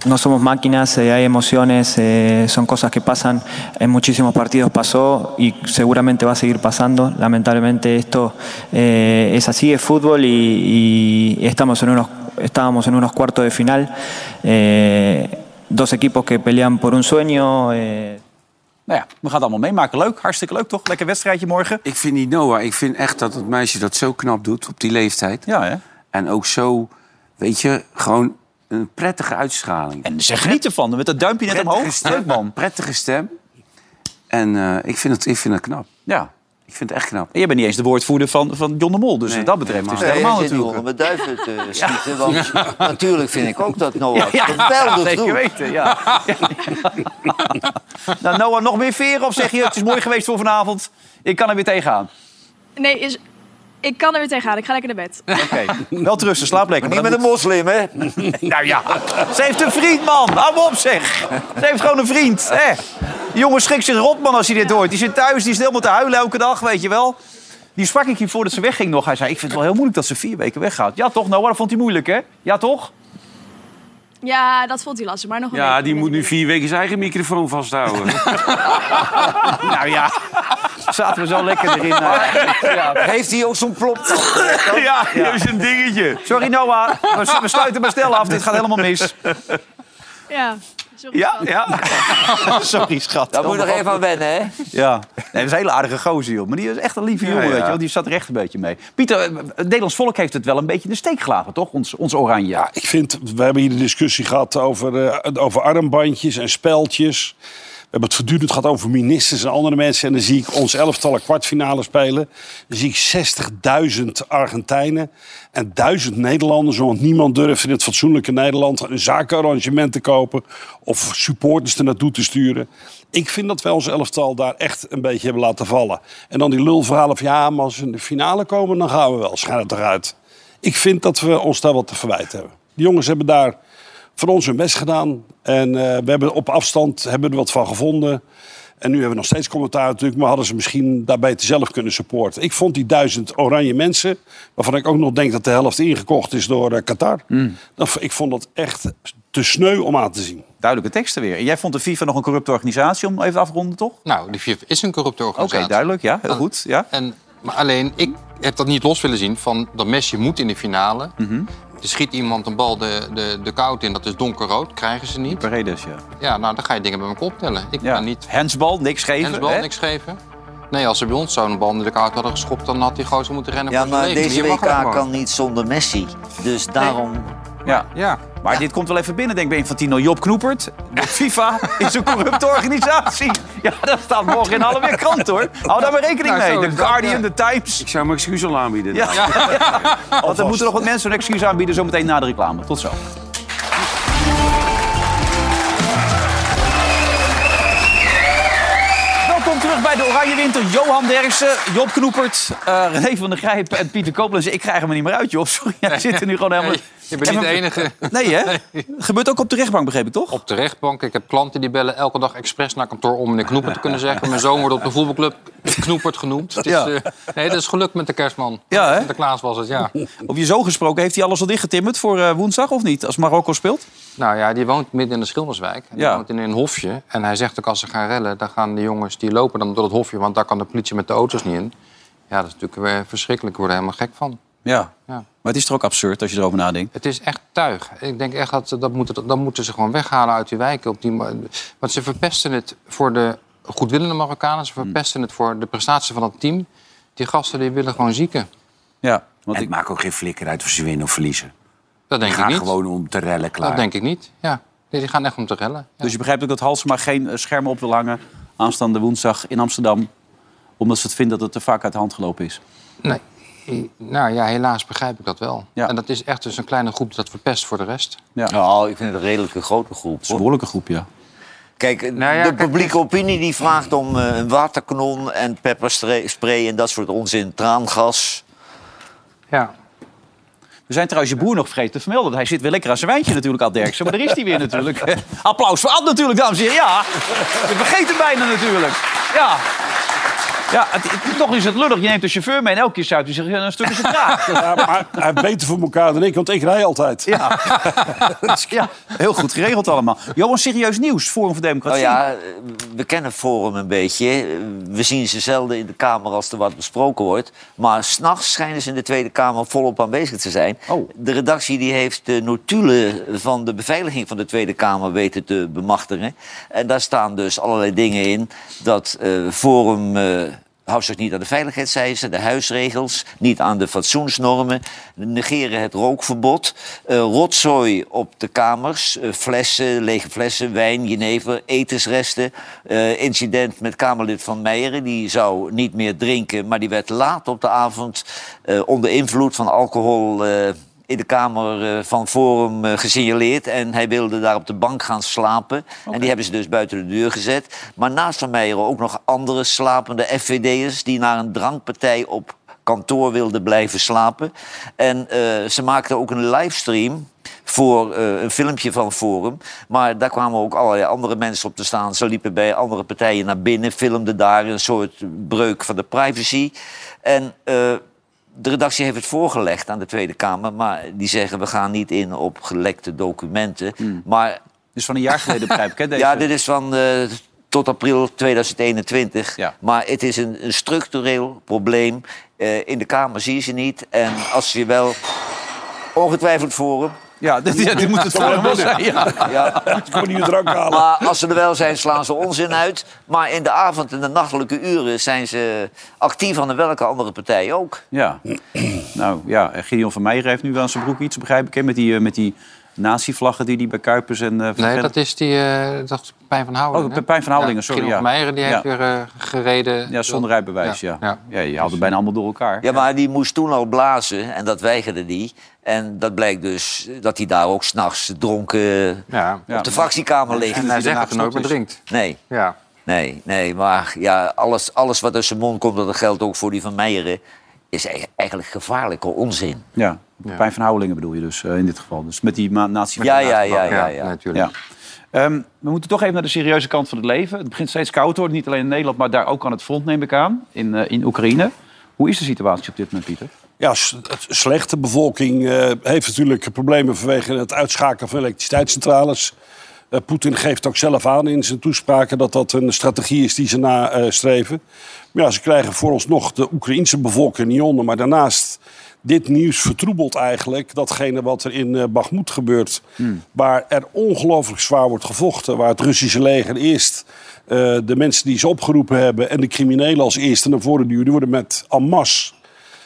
no somos máquinas, eh, hay emociones, eh, son cosas que pasan, en muchísimos partidos pasó y seguramente va a seguir pasando, lamentablemente esto eh, es así, es fútbol y, y estamos en unos, estábamos en unos cuartos de final, eh, dos equipos que pelean por un sueño. eh,
Nou ja, we gaan het allemaal meemaken. Leuk, hartstikke leuk toch? Lekker wedstrijdje morgen.
Ik vind die Noah, ik vind echt dat het meisje dat zo knap doet op die leeftijd.
Ja, hè?
En ook zo, weet je, gewoon een prettige uitstraling.
En ze genieten van met dat duimpje net
prettige
omhoog. Leuk
stem,
man.
Prettige stem. En eh, ik, vind het, ik vind het knap.
Ja.
Ik vind het echt knap.
En jij bent niet eens de woordvoerder van, van John de Mol. Dus
Nee,
wat dat betreft is
helemaal
het helemaal
Nee, je
natuurlijk.
zit nu onder mijn duiven te schieten. Want natuurlijk vind ik ook dat Noah geweldig
zeker
doet.
weten. Ja. nou, Noah, nog meer veren? Of zeg je, het is mooi geweest voor vanavond. Ik kan er weer tegenaan.
Nee, is, ik kan er weer tegenaan. Ik ga lekker naar bed.
Oké, wel trusten, slaap lekker.
Niet
Maar
met een
dan
moslim, hè?
moet- Nou ja, ze heeft een vriend, man. Hou op, zeg. Ze heeft gewoon een vriend. Hè? Die jongen schrikt zich rot, man, als hij dit hoort. Die zit thuis, die is helemaal te huilen elke dag, weet je wel. Die sprak ik hier voordat ze wegging nog. Hij zei, ik vind het wel heel moeilijk dat ze vier weken weggaat. Ja, toch, Noah? Dat vond hij moeilijk, hè? Ja, toch?
Ja, dat vond hij lastig, maar nog een
Ja,
week.
die moet nu vier weken zijn eigen microfoon vasthouden.
Nou ja, zaten we zo lekker erin. eh.
Heeft hij ook zo'n plop?
Ja, ja. is een dingetje. Sorry Noah, we, we sluiten maar snel af. Dit gaat helemaal mis.
Ja, sorry.
Ja, ja. Sorry, schat.
Daar moet je nog even aan wennen, hè?
Ja. Nee, dat is een hele aardige gozer, joh. Maar die is echt een lieve jongen,
ja.
weet je wel. Die zat er echt een beetje mee. Pieter, eh, het Nederlands volk heeft het wel een beetje in de steek gelaten, toch? Ons, ons oranje.
Ja, ik vind, we hebben hier de discussie gehad over, eh, over armbandjes en speltjes. We hebben het voortdurend gehad over ministers en andere mensen. En dan zie ik ons elftallen kwartfinale spelen. Dan zie ik 60.000 Argentijnen en 1000 Nederlanders. Want niemand durft in het fatsoenlijke Nederland een zakenarrangement te kopen. Of supporters er naartoe te sturen. Ik vind dat wij ons elftal daar echt een beetje hebben laten vallen. En dan die lulverhalen van ja, maar als we in de finale komen, dan gaan we wel. Schijn het eruit. Ik vind dat we ons daar wat te verwijten hebben. De jongens hebben daar van ons hun best gedaan. En eh, we hebben op afstand hebben er wat van gevonden. En nu hebben we nog steeds commentaar natuurlijk. Maar hadden ze misschien daar beter zelf kunnen supporten. Ik vond die duizend oranje mensen... waarvan ik ook nog denk dat de helft ingekocht is door eh, Qatar. Dat, ik vond dat echt te sneu om aan te zien.
Duidelijke teksten weer. En jij vond de FIFA nog een corrupte organisatie, om even afronden, toch? Oké,
Nou, de FIFA is een corrupte organisatie.
duidelijk. Ja, heel
Ah.
goed. Ja.
En, maar alleen, ik heb dat niet los willen zien van dat Messi moet in de finale.
Mhm.
Er schiet iemand een bal de, de, de koud in, dat is donkerrood, krijgen ze niet.
Paredes, ja.
Ja, nou, dan ga je dingen bij elkaar optellen. Ik
ja.
kan niet
Handsbal, niks geven.
hensbal
hè?
niks geven. Nee, als ze bij ons zo'n bal in de koud hadden geschopt... dan had die gozer moeten rennen
Ja,
voor zijn
maar
leven.
deze
Je mag
WK
ook maar.
kan niet zonder Messi. Dus daarom
Ja.
Ja.
Maar dit komt wel even binnen, denk ik, bij Infantino. Job Knoepert, de FIFA is een corrupte organisatie. Ja, dat staat morgen in alle weer krant, hoor. Hou daar maar rekening
Nou, zo
mee.
is
The
dat,
Guardian, The Times.
Ik zou mijn excuus al aanbieden.
Ja, ja. Want er moeten nog wat mensen een excuus aanbieden zometeen na de reclame. Tot zo. Welkom terug bij de Oranje Winter. Johan Derksen, Job Knoepert, eh, René van der Grijp en Pieter Koblenz. Ik krijg hem er niet meer uit, Job. Sorry, jij zit er nu gewoon helemaal...
Je bent niet de
Even-
enige
Nee, hè? Gebeurt ook op de rechtbank, begreep ik, toch?
op de rechtbank. Ik heb klanten die bellen elke dag expres naar kantoor om meneer Knoepert te kunnen zeggen. Mijn zoon wordt op de voetbalclub Knoepert genoemd. Het is,
Ja.
eh, nee, dat is geluk met de kerstman.
Ja, hè?
Sinterklaas was het, ja.
Op je zo gesproken, heeft hij alles al dichtgetimmerd voor eh, woensdag of niet? Als Marokko speelt?
Nou ja, die woont midden in de Schilderswijk. En die
Ja.
woont in een hofje. En hij zegt ook als ze gaan rellen, dan gaan de jongens die lopen dan door het hofje. Want daar kan de politie met de auto's niet in. Ja, dat is natuurlijk weer verschrikkelijk. Ik word er helemaal gek van.
Ja.
Ja.
Maar het is toch ook absurd als je erover nadenkt?
Het is echt tuig. Ik denk echt dat, ze- dat, moeten, dat moeten ze gewoon weghalen uit die wijken. Op die, ma- want ze verpesten het voor de goedwillende Marokkanen. Ze verpesten het voor de prestatie van het team. Die gasten die willen gewoon zieken.
Ja. Want
En
ik,
het maakt ook geen flikker uit of ze winnen of verliezen.
Dat denk ik
Ga
niet.
gewoon om te rellen klaar.
Dat denk ik niet. Ja. Nee, die gaan echt om te rellen. Ja.
dus je begrijpt ook dat Halsema geen eh, schermen op wil hangen aanstaande woensdag in Amsterdam. Omdat ze het vindt dat het te vaak uit de hand gelopen is.
Nee. eh, Nou ja, helaas begrijp ik dat wel.
Ja.
En dat is echt dus een kleine groep die dat verpest voor de rest.
Ja. Het
Nou, ik vind het een redelijke grote groep.
is een behoorlijke groep, ja.
Kijk,
Nou ja,
de
kijk,
dus-
publieke opinie die vraagt om eh, een waterkanon en pepperspray spray en dat soort onzin, traangas.
Ja.
We zijn trouwens je broer nog vergeten te vermelden. want Hij zit weer lekker aan zijn wijntje natuurlijk, Ad Derksen. Maar daar is hij weer natuurlijk. Applaus voor Ad natuurlijk, dames en heren. Ja, je vergeet hem bijna natuurlijk. Ja. Ja, het, het- toch is het lullig. Je neemt de chauffeur mee en elke keer zuipt hij zich een stuk in zijn kraag.
Ja, maar hij heeft beter voor elkaar dan ik, want ik rij altijd.
Ja. ja, heel goed geregeld allemaal. Johan, serieus nieuws, Forum voor
Nou
Democratie.
ja, eh, we kennen Forum een beetje. Eh, We zien ze zelden in de Kamer als er wat besproken wordt. Maar s'nachts schijnen ze in de Tweede Kamer volop aanwezig te zijn.
Oh.
De redactie die heeft de notulen van de beveiliging van de Tweede Kamer weten te bemachtigen. En daar staan dus allerlei dingen in. Dat eh, Forum eh, houdt zich niet aan de veiligheidseisen, de huisregels, niet aan de fatsoensnormen, negeren het rookverbod, eh, rotzooi op de kamers, eh, flessen, lege flessen, wijn, jenever, etensresten. eh, incident met Kamerlid van Meijeren, die zou niet meer drinken, maar die werd laat op de avond eh, onder invloed van alcohol. eh, in de Kamer eh, van Forum eh, gesignaleerd. En hij wilde daar op de bank gaan slapen. En die hebben ze dus buiten de deur gezet. Maar naast Van Meijeren ook nog andere slapende FVD'ers... die naar een drankpartij op kantoor wilden blijven slapen. En eh, ze maakten ook een livestream voor eh, een filmpje van Forum. Maar daar kwamen ook allerlei andere mensen op te staan. Ze liepen bij andere partijen naar binnen, filmden daar een soort breuk van de privacy. En eh, de redactie heeft het voorgelegd aan de Tweede Kamer, maar die zeggen we gaan niet in op gelekte documenten. Maar
Dus van een jaar geleden begrijp ik, hè? Deze...
ja, dit is van eh, tot april 2021.
Ja.
Maar het is een, een structureel probleem. Eh, in de Kamer zie je ze niet. En als je wel ongetwijfeld forum.
ja, dit, ja, dit moet het Forum wel zijn, ja.
Ja.
Ik kon niet je drank halen.
Maar als ze er wel zijn, slaan ze onzin uit. Maar in de avond en de nachtelijke uren zijn ze actief aan de welke andere partij ook.
Ja. Nou ja, en Gideon van Meijer heeft nu wel aan zijn broek iets, begrijp ik. Hè? Met die, eh, met die nazi-vlaggen die hij bij Kuipers en... eh, van
Nee,
Gent-
dat is die eh dat Pijn van Houdingen.
Oh, Pepijn van Houwelingen, sorry,
Gideon
ja.
Meijeren die
Ja.
heeft weer eh, gereden.
Ja, zonder rijbewijs, ja. Ja,
Ja.
je haalde bijna allemaal door elkaar.
Ja, maar die moest toen al blazen en dat weigerde die. En dat blijkt dus dat hij daar ook s'nachts dronken
Ja.
Ja.
op de fractiekamer ligt.
En hij zegt dat hij nooit meer drinkt.
Nee,
Ja.
nee, nee. Maar ja, alles, alles wat uit zijn mond komt, dat geldt ook voor die van Meijeren... is e- eigenlijk gevaarlijke onzin.
Ja, Pijn van Houwelingen bedoel je dus eh, in dit geval. Dus met die ma- nazi
Ja, ja, ja, ja.
Ja,
ja.
natuurlijk.
Ja. Ehm, we moeten toch even naar de serieuze kant van het leven. Het begint steeds koud te worden, niet alleen in Nederland, maar daar ook aan het front, neem ik aan, in, eh, in Oekraïne. Hoe is de situatie op dit moment, Pieter?
Ja, s- het slecht. De bevolking eh, heeft natuurlijk problemen vanwege het uitschakelen van elektriciteitscentrales. Eh, Poetin geeft ook zelf aan in zijn toespraken dat dat een strategie is die ze nastreven. Maar ja, ze krijgen vooralsnog de Oekraïnse bevolking niet onder. Maar daarnaast, dit nieuws vertroebelt eigenlijk datgene wat er in eh Bakhmut gebeurt. Waar er ongelooflijk zwaar wordt gevochten. Waar het Russische leger eerst eh, de mensen die ze opgeroepen hebben... en de criminelen als eerste naar voren duwen. Die worden met en masse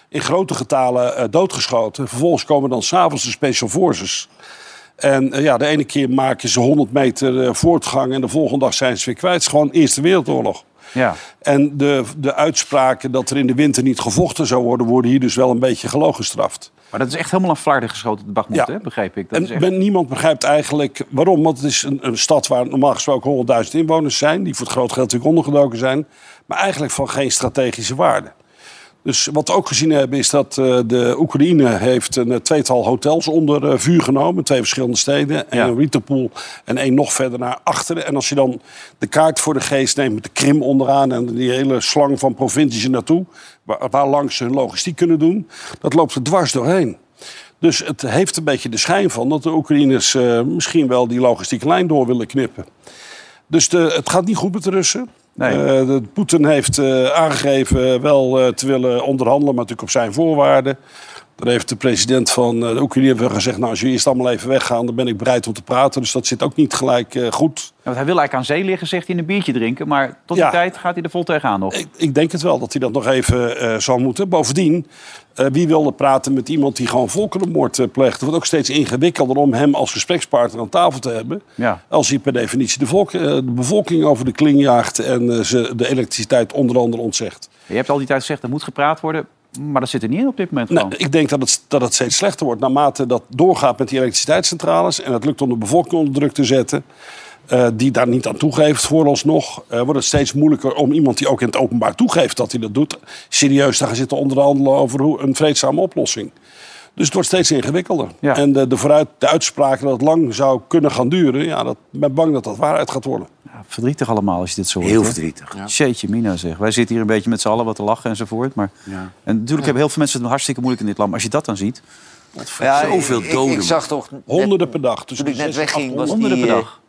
in grote getalen eh, doodgeschoten. Vervolgens komen dan s'avonds de Special Forces. En eh, ja, de ene keer maken ze 100 meter eh, voortgang en de volgende dag zijn ze weer kwijt. Het is gewoon Eerste Wereldoorlog.
Ja.
En de, de uitspraken dat er in de winter niet gevochten zou worden, worden hier dus wel een beetje geloof gestraft.
Maar dat is echt helemaal aan flarden geschoten, de Bagmoed,
Ja.
hè, begreep ik. Dat
En
is echt...
men- niemand begrijpt eigenlijk waarom. Want het is een, een stad waar normaal gesproken 100.000 inwoners zijn. Die voor het groot geld natuurlijk ondergedoken zijn. Maar eigenlijk van geen strategische waarde. Dus wat we ook gezien hebben is dat eh, de Oekraïne heeft een eh, tweetal hotels onder eh, vuur genomen. Twee verschillende steden. En
Ja.
een Ritopool en één nog verder naar achteren. En als je dan de kaart voor de geest neemt met de Krim onderaan... en die hele slang van provincies er naartoe... Waar, waar langs ze hun logistiek kunnen doen, dat loopt er dwars doorheen. Dus het heeft een beetje de schijn van dat de Oekraïners eh, misschien wel die logistieke lijn door willen knippen. Dus de, het gaat niet goed met de Russen.
Nee.
Eh, de- Poetin heeft eh, aangegeven wel eh, te willen onderhandelen, maar natuurlijk op zijn voorwaarden. Daar heeft de president van eh, de Oekraïne wel gezegd: Nou, als jullie eerst allemaal even weggaan, dan ben ik bereid om te praten. Dus dat zit ook niet gelijk eh, goed.
Ja, Want hij wil eigenlijk aan zee liggen, zegt hij, en een biertje drinken. Maar tot die
Ja.
tijd gaat hij er vol tegenaan nog.
Ik, ik denk het wel dat hij dat nog even eh, zal moeten. Bovendien, eh, wie wilde praten met iemand die gewoon volkerenmoord eh, pleegt? Het wordt ook steeds ingewikkelder om hem als gesprekspartner aan tafel te hebben.
Ja.
Als hij per definitie de, volk, eh, de bevolking over de kling jaagt en eh, ze de elektriciteit onder andere ontzegt.
Je hebt al die tijd gezegd, er moet gepraat worden. Maar dat zit er niet in op dit moment
Nou,
gewoon.
ik denk dat het, dat het steeds slechter wordt. Naarmate dat doorgaat met die elektriciteitscentrales... en het lukt om de bevolking onder druk te zetten... eh, die daar niet aan toegeeft vooralsnog... eh, wordt het steeds moeilijker om iemand die ook in het openbaar toegeeft... dat hij dat doet, serieus te gaan zitten onderhandelen... over hoe, een vreedzame oplossing. Dus het wordt steeds ingewikkelder.
Ja.
En de, de, vooruit, de uitspraken dat het lang zou kunnen gaan duren... Ja, dat, ik ben bang dat dat waarheid gaat worden.
Ja, verdrietig allemaal als je dit zo hoort.
Heel
hoor.
verdrietig.
Jeetje mina zeg. Wij zitten hier een beetje met z'n allen wat te lachen enzovoort. Maar...
Ja.
En natuurlijk hebben heel veel mensen het hartstikke moeilijk in dit land. Maar als je dat dan ziet...
Ja,
Zoveel
ik- ik-
doden.
Ik, zag toch... net-
Honderden per dag. tussen
Toen ik
de
net
zes en
wegging, was
800.
honderden
die,
per
eh,
dag.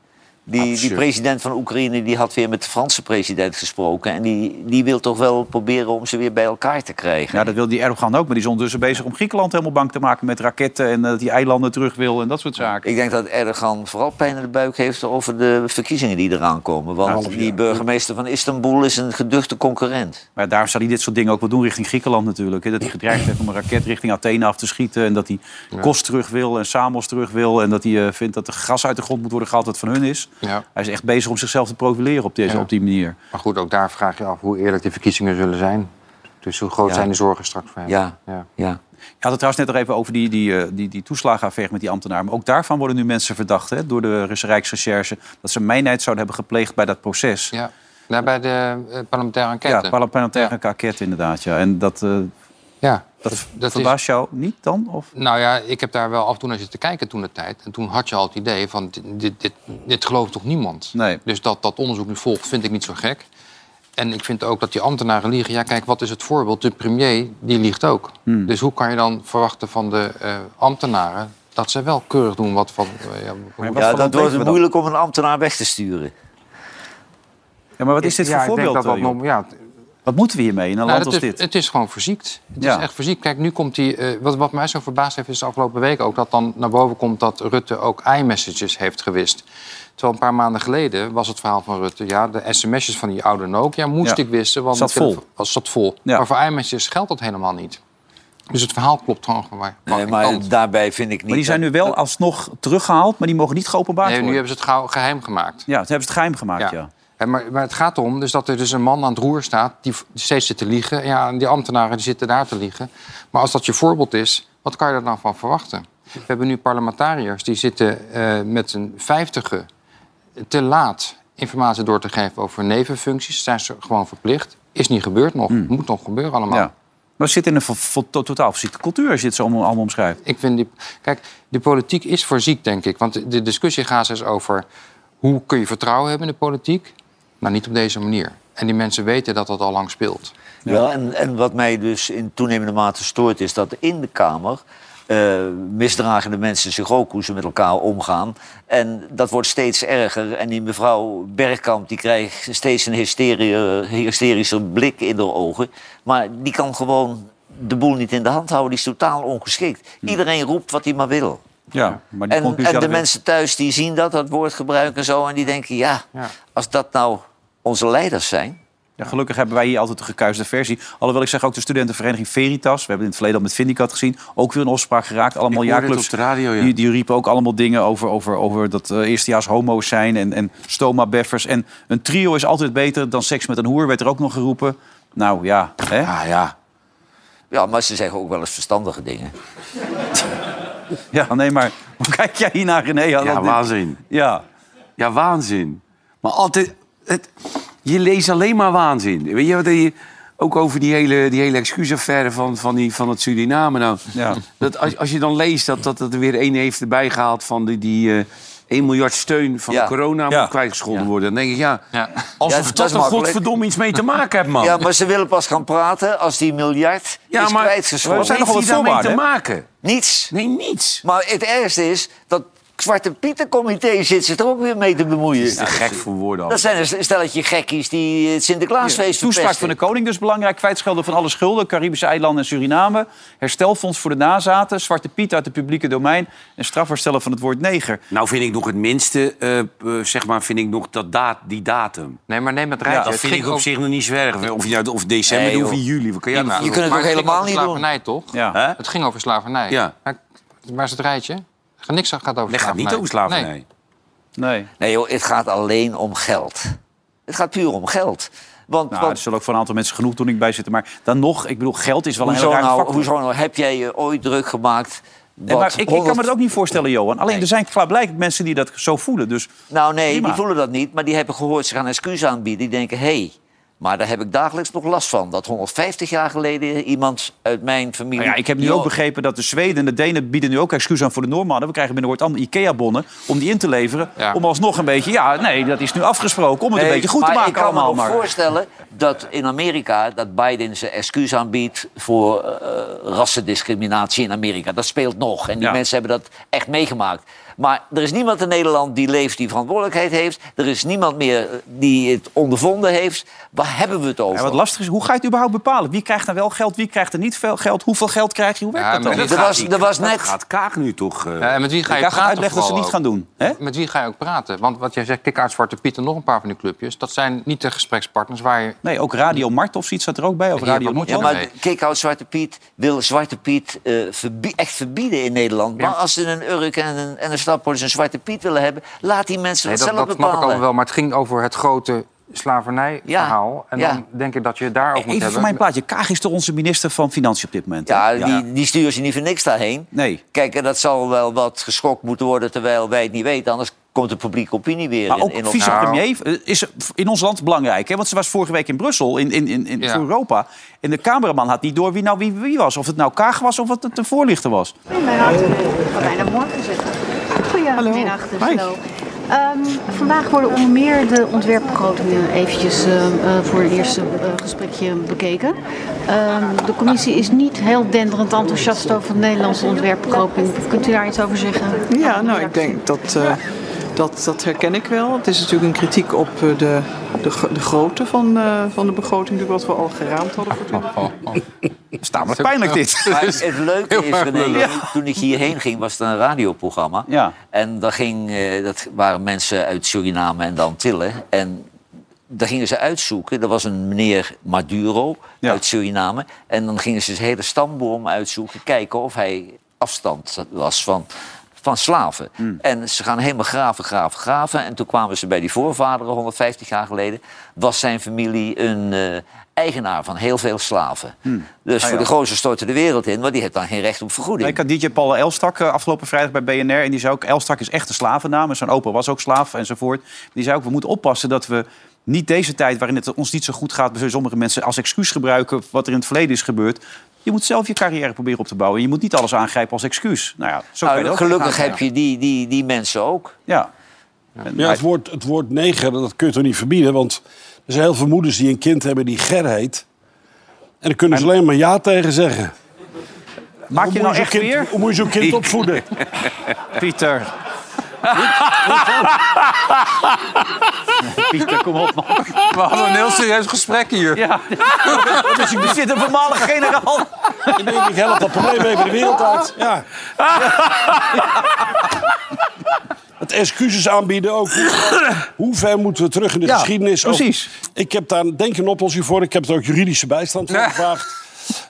die, die
Absurd.
president van Oekraïne die had weer met de Franse president gesproken. En die, die wil toch wel proberen om ze weer bij elkaar te krijgen.
Ja, dat wil die Erdogan ook. Maar die is ondertussen bezig om Griekenland helemaal bang te maken met raketten. En eh, dat die eilanden terug wil en dat soort zaken.
Ik denk dat Erdogan vooral pijn in de buik heeft over de verkiezingen die eraan komen. Want
Nou,
die burgemeester van Istanbul is een geduchte concurrent.
Maar daar zou hij dit soort dingen ook wel doen richting Griekenland natuurlijk. Hè? Dat hij gedreigd heeft om een raket richting Athene af te schieten. En dat hij Kos terug wil en Samos terug wil. En dat hij eh, vindt dat de gas uit de grond moet worden gehaald dat van hun is.
Ja.
Hij is echt bezig om zichzelf te profileren op, deze,
Ja.
op die manier.
Maar goed, ook daar vraag je af hoe eerlijk de verkiezingen zullen zijn. Dus hoe groot
Ja.
zijn de zorgen straks voor hem?
Ja,
Ja.
ja.
Je had het trouwens net nog even over die, die, eh, die, die toeslagenaffaire met die ambtenaar. Maar ook daarvan worden nu mensen verdacht hè, door de Russische Rijksrecherche... dat ze mijnheid zouden hebben gepleegd bij dat proces.
ja. Nou, bij de eh, parlementaire
Ja,
enquête.
parlementaire enquête inderdaad. Ja. En dat, eh,
Ja.
dat,
dat is-
verbaast jou niet dan? Of?
Nou ja, ik heb daar wel af en toe naar zitten kijken toen de tijd. En toen had je al het idee van, dit, dit, dit, dit gelooft toch niemand?
Nee.
Dus dat dat onderzoek nu volgt, vind ik niet zo gek. En ik vind ook dat die ambtenaren liegen. Ja, kijk, wat is het voorbeeld? De premier, die liegt ook.
Hmm.
Dus hoe kan je dan verwachten van de eh, ambtenaren... dat ze wel keurig doen wat... van eh, ja,
Ja,
hoe-
ja
voor
dat
land
wordt
leven we
het
dan?
moeilijk om een ambtenaar weg te sturen.
Ja, maar wat is dit
Ja,
voor
ik denk
voorbeeld?
dat dat
eh, joh?
nog- ja,
Wat moeten we hiermee in een land
Nou,
als
dat is-
dit?
Nou, Het is gewoon verziekt. Het
Ja.
is echt verziekt. Kijk, nu komt die. eh, wat, wat mij zo verbaasd heeft, is de afgelopen weken ook dat dan naar boven komt dat Rutte ook i-messages heeft gewist. Terwijl een paar maanden geleden was het verhaal van Rutte. Ja, de sms'jes van die oude Nokia moest
Ja.
ik wissen. Want
Zat
mijn telefo-
vol.
Was, zat vol.
Ja.
Maar voor i-messages geldt dat helemaal niet. Dus het verhaal klopt gewoon. gewoon
Nee, maar daarbij vind ik niet...
Maar die zijn
dat-
nu wel alsnog teruggehaald, maar die mogen niet geopenbaard
nee, nu
worden.
hebben ze het gauw geheim gemaakt.
Ja, ze hebben ze het geheim gemaakt, ja.
Hè, Maar, maar het gaat erom dus dat er dus een man aan het roer staat die v- steeds zit te liegen. Ja, en die ambtenaren die zitten daar te liegen. Maar als dat je voorbeeld is, wat kan je daar dan van verwachten? We hebben nu parlementariërs die zitten eh, met een vijftiger te laat informatie door te geven over nevenfuncties. Zijn ze gewoon verplicht. Is niet gebeurd nog. Moet nog gebeuren allemaal.
Hmm. ja. Maar we zitten in een vo- vo- to- totaal verziekte cultuur, als je het zo allemaal, allemaal omschrijft.
Ik vind die, kijk, de politiek is voor ziek, denk ik. Want de discussie gaat dus over hoe kun je vertrouwen hebben in de politiek? Nou, niet op deze manier. En die mensen weten dat dat al lang speelt.
Ja, en, en wat mij dus in toenemende mate stoort is dat in de Kamer... eh, misdragen de mensen zich ook hoe ze met elkaar omgaan. En dat wordt steeds erger. En die mevrouw Bergkamp die krijgt steeds een hysterie, hysterischer blik in haar ogen. Maar die kan gewoon de boel niet in de hand houden. Die is totaal ongeschikt. Iedereen roept wat hij maar wil.
Ja, maar die
En,
conclusie
en de
hadden we-
mensen thuis die zien dat, dat woordgebruik en zo. En die denken, ja, als dat nou onze leiders zijn...
Ja, gelukkig hebben wij hier altijd de gekuiste versie. Alhoewel ik zeg ook de studentenvereniging Veritas. We hebben in het verleden al met Vindicat gezien. Ook weer een opspraak geraakt. Allemaal
Ik hoorde het
jaarclubs.
op de radio, ja.
die, die riepen ook allemaal dingen over, over, over dat eh, eerstejaars homo's zijn. En, en stoma-beffers. En een trio is altijd beter dan seks met een hoer. Werd er ook nog geroepen. Nou ja, hè?
Ah ja.
Ja, maar ze zeggen ook wel eens verstandige dingen.
ja nee, maar hoe kijk jij hier naar René?
Ja,
dat-
waanzin.
Ja.
Ja, waanzin. Maar altijd... Het, je leest alleen maar waanzin. Weet je wat je... Ook over die hele, die hele excuusaffaire van, van, die, van het Suriname. Nou,
Ja.
dat als, als je dan leest dat, dat, dat er weer één heeft erbij gehaald... van die, die eh, 1 miljard steun van
Ja.
corona
Ja.
moet kwijtgescholden worden. Dan denk ik, ja,
Ja.
alsof
Ja, dat
dat
is
er
makkelijk.
godverdomme iets mee te maken heeft, man.
Ja, maar ze willen pas gaan praten als die miljard
Ja,
is
maar-
Er
kwijtgescholden.
zijn
Heeft
nogal
die
wat
daarmee te
voorwaarden,
maken?
Niets.
Nee, niets.
Maar het ergste is dat Zwarte Pietencomité zit zich er ook weer mee te bemoeien.
Ja, gek voor woorden. al.
Dat zijn een stelletje gekkies die het Sinterklaasfeest
Toespraak
verpesten.
van de koning dus belangrijk. Kwijtschelden van alle schulden. Caribische eilanden en Suriname. Herstelfonds voor de nazaten. Zwarte Piet uit het publieke domein. En strafherstellen van het woord neger.
Nou vind ik nog het minste, eh, eh, zeg maar, vind ik nog dat daad, die datum.
Nee, maar neem het rijtje.
dat
Het
vind
ging
ik op
over-
zich nog niet zo erg. Of, je nou- of december
Nee,
doet, of
joh.
in juli. Wat kan jij
Prima.
nou?
Je kunt het
Maar
ook helemaal
ging over
niet doen.
slavernij, toch?
Ja.
Hè?
Het ging over slavernij.
Ja.
Maar waar is het rijtje? Er gaat Niks gaat over
Nee, gaat
slavernij.
niet over slavernij.
Nee.
Nee.
Nee joh, het gaat alleen om geld. Het gaat puur om geld. Want,
Nou,
want
er zullen ook voor een aantal mensen genoeg toen ik bij zitten. Maar dan nog, ik bedoel, geld is wel een
hoezo,
heel raar
nou,
factor.
hoezo nou heb jij je ooit druk gemaakt?
Nee,
wat
maar ik, ik kan me
100
dat ook niet voorstellen, Johan. Alleen, er zijn klaarblijkelijk mensen die dat zo voelen. Dus
Nou nee,
Prima.
die voelen dat niet, maar die hebben gehoord ze gaan excuus aanbieden. Die denken, hé, hey, maar daar heb ik dagelijks nog last van. Dat 150 jaar geleden iemand uit mijn familie...
nou ja, ik heb nu
die
ook begrepen dat de Zweden en de Denen bieden nu ook excuus aan voor de Noormannen. We krijgen binnenkort allemaal IKEA-bonnen om die in te leveren.
Ja.
Om alsnog een beetje, ja, nee, dat is nu afgesproken. Om het een
Nee,
beetje goed te
maar
maken
ik kan
allemaal.
me nog
Maar.
voorstellen dat in Amerika dat Biden zijn excuus aanbiedt voor eh, rassendiscriminatie in Amerika. Dat speelt nog. En die
Ja.
mensen hebben dat echt meegemaakt. Maar er is niemand in Nederland die leeft die verantwoordelijkheid heeft. Er is niemand meer die het ondervonden heeft. Waar hebben we het over?
Ja, wat lastig is, hoe ga je het überhaupt bepalen? Wie krijgt er wel geld, wie krijgt er niet veel geld? Hoeveel geld krijg je? Hoe werkt
Ja,
dat
maar
dan?
dit-
er
gaat
was,
niet.
er was
Dat
net...
gaat Kaag nu toch... eh,
Ja, en met wie ga
Ik
je
ga
praten?
uitleggen dat ze
vooral
niet gaan doen. Hè?
Met wie ga je ook praten? Want wat jij zegt, Kikkaard, Zwarte Piet en nog een paar van die clubjes... dat zijn niet de gesprekspartners waar je...
Nee, ook Radio Mart of zoiets zat er ook bij. Of
Ja,
Radio
wat moet
Noord.
Ja,
Nee.
maar Kikhout Zwarte Piet wil Zwarte Piet eh, verbie- echt verbieden in Nederland. Maar als ze een Urk en een, en een Staphorst een Zwarte Piet willen hebben... laat die mensen
Nee,
dat,
dat,
zelf
dat snap ik
bepalen.
allemaal wel, maar het ging over het grote slavernijverhaal. En dan denk ik dat je daarover moet
Even voor
hebben.
mijn plaatje. Kaag is toch onze minister van Financiën op dit moment? hè?
Ja, die, die sturen ze niet voor niks daarheen.
Nee.
Kijk, en dat zal wel wat geschokt moeten worden terwijl wij het niet weten. Anders komt de publieke opinie weer
Maar
in,
ook
in ons-
vicepremier eh, is in ons land belangrijk. Hè? Want ze was vorige week in Brussel, in, in, in, in
Ja.
voor Europa. En de cameraman had niet door wie nou wie, wie was. Of het nou Kaag was of wat het een voorlichter was.
Mijn hart bijna morgen zitten. Goedemiddag, dus
Hi.
hallo. Ehm, vandaag worden onder meer de ontwerpbegrotingen eventjes ehm, eh, voor het eerste eh, gesprekje bekeken. Ehm, de commissie is niet heel denderend enthousiast over de Nederlandse ontwerpbegroting. Kunt u daar iets over zeggen?
Ja, nou, ik denk dat, eh, dat dat herken ik wel. Het is natuurlijk een kritiek op eh, de, de, gro- de grootte van, eh, van de begroting, natuurlijk wat we al geraamd hadden voor
Nou,
20.
Het is namelijk pijnlijk dit.
Maar het leuke is, René, toen ik hierheen ging, was het een radioprogramma.
Ja.
En daar ging, eh, dat waren mensen uit Suriname en de Antillen. En daar gingen ze uitzoeken. Er was een meneer Maduro
Ja.
uit Suriname. En dan gingen ze zijn hele stamboom uitzoeken. Kijken of hij afstand was van, van slaven.
Hmm.
En ze gaan helemaal graven, graven, graven. En toen kwamen ze bij die voorvaderen, 150 jaar geleden... was zijn familie een eh, eigenaar van heel veel slaven.
Hmm. Ah
Dus voor de gozer stortte de wereld in... maar die heeft dan geen recht op vergoeding.
Ik had DJ Paul Elstak eh, afgelopen vrijdag bij BNR. En die zei ook, Elstak is echt een slavennaam. En zijn opa was ook slaaf enzovoort. Die zei ook, we moeten oppassen dat we niet deze tijd... waarin het ons niet zo goed gaat... bij sommige mensen als excuus gebruiken... wat er in het verleden is gebeurd. Je moet zelf je carrière proberen op te bouwen. En je moet niet alles aangrijpen als excuus. Nou ja, zo kan je
Nou,
het ook
gelukkig
gaan.
heb je die, die, die mensen ook.
Ja.
Ja, het woord, het woord neger, dat kun je toch niet verbieden? Want er zijn heel veel moeders die een kind hebben die Ger heet. En daar kunnen ze alleen maar ja tegen zeggen.
Maak je
Hoe moet
nou
zo'n
echt
kind-
weer?
Hoe moet je zo'n kind opvoeden?
Pieter. Pieter, kom op, man.
We hadden een heel serieus gesprek hier.
Ja. Dus je zit een voormalig generaal.
Ik denk, ik help dat probleem even de wereld uit. Ja. Het gaat excuses aanbieden ook. Hoe ver moeten we terug in de
Ja,
geschiedenis? Ook-
precies.
ik heb daar denk ik een oplossing voor. Ik heb er ook juridische bijstand voor gevraagd.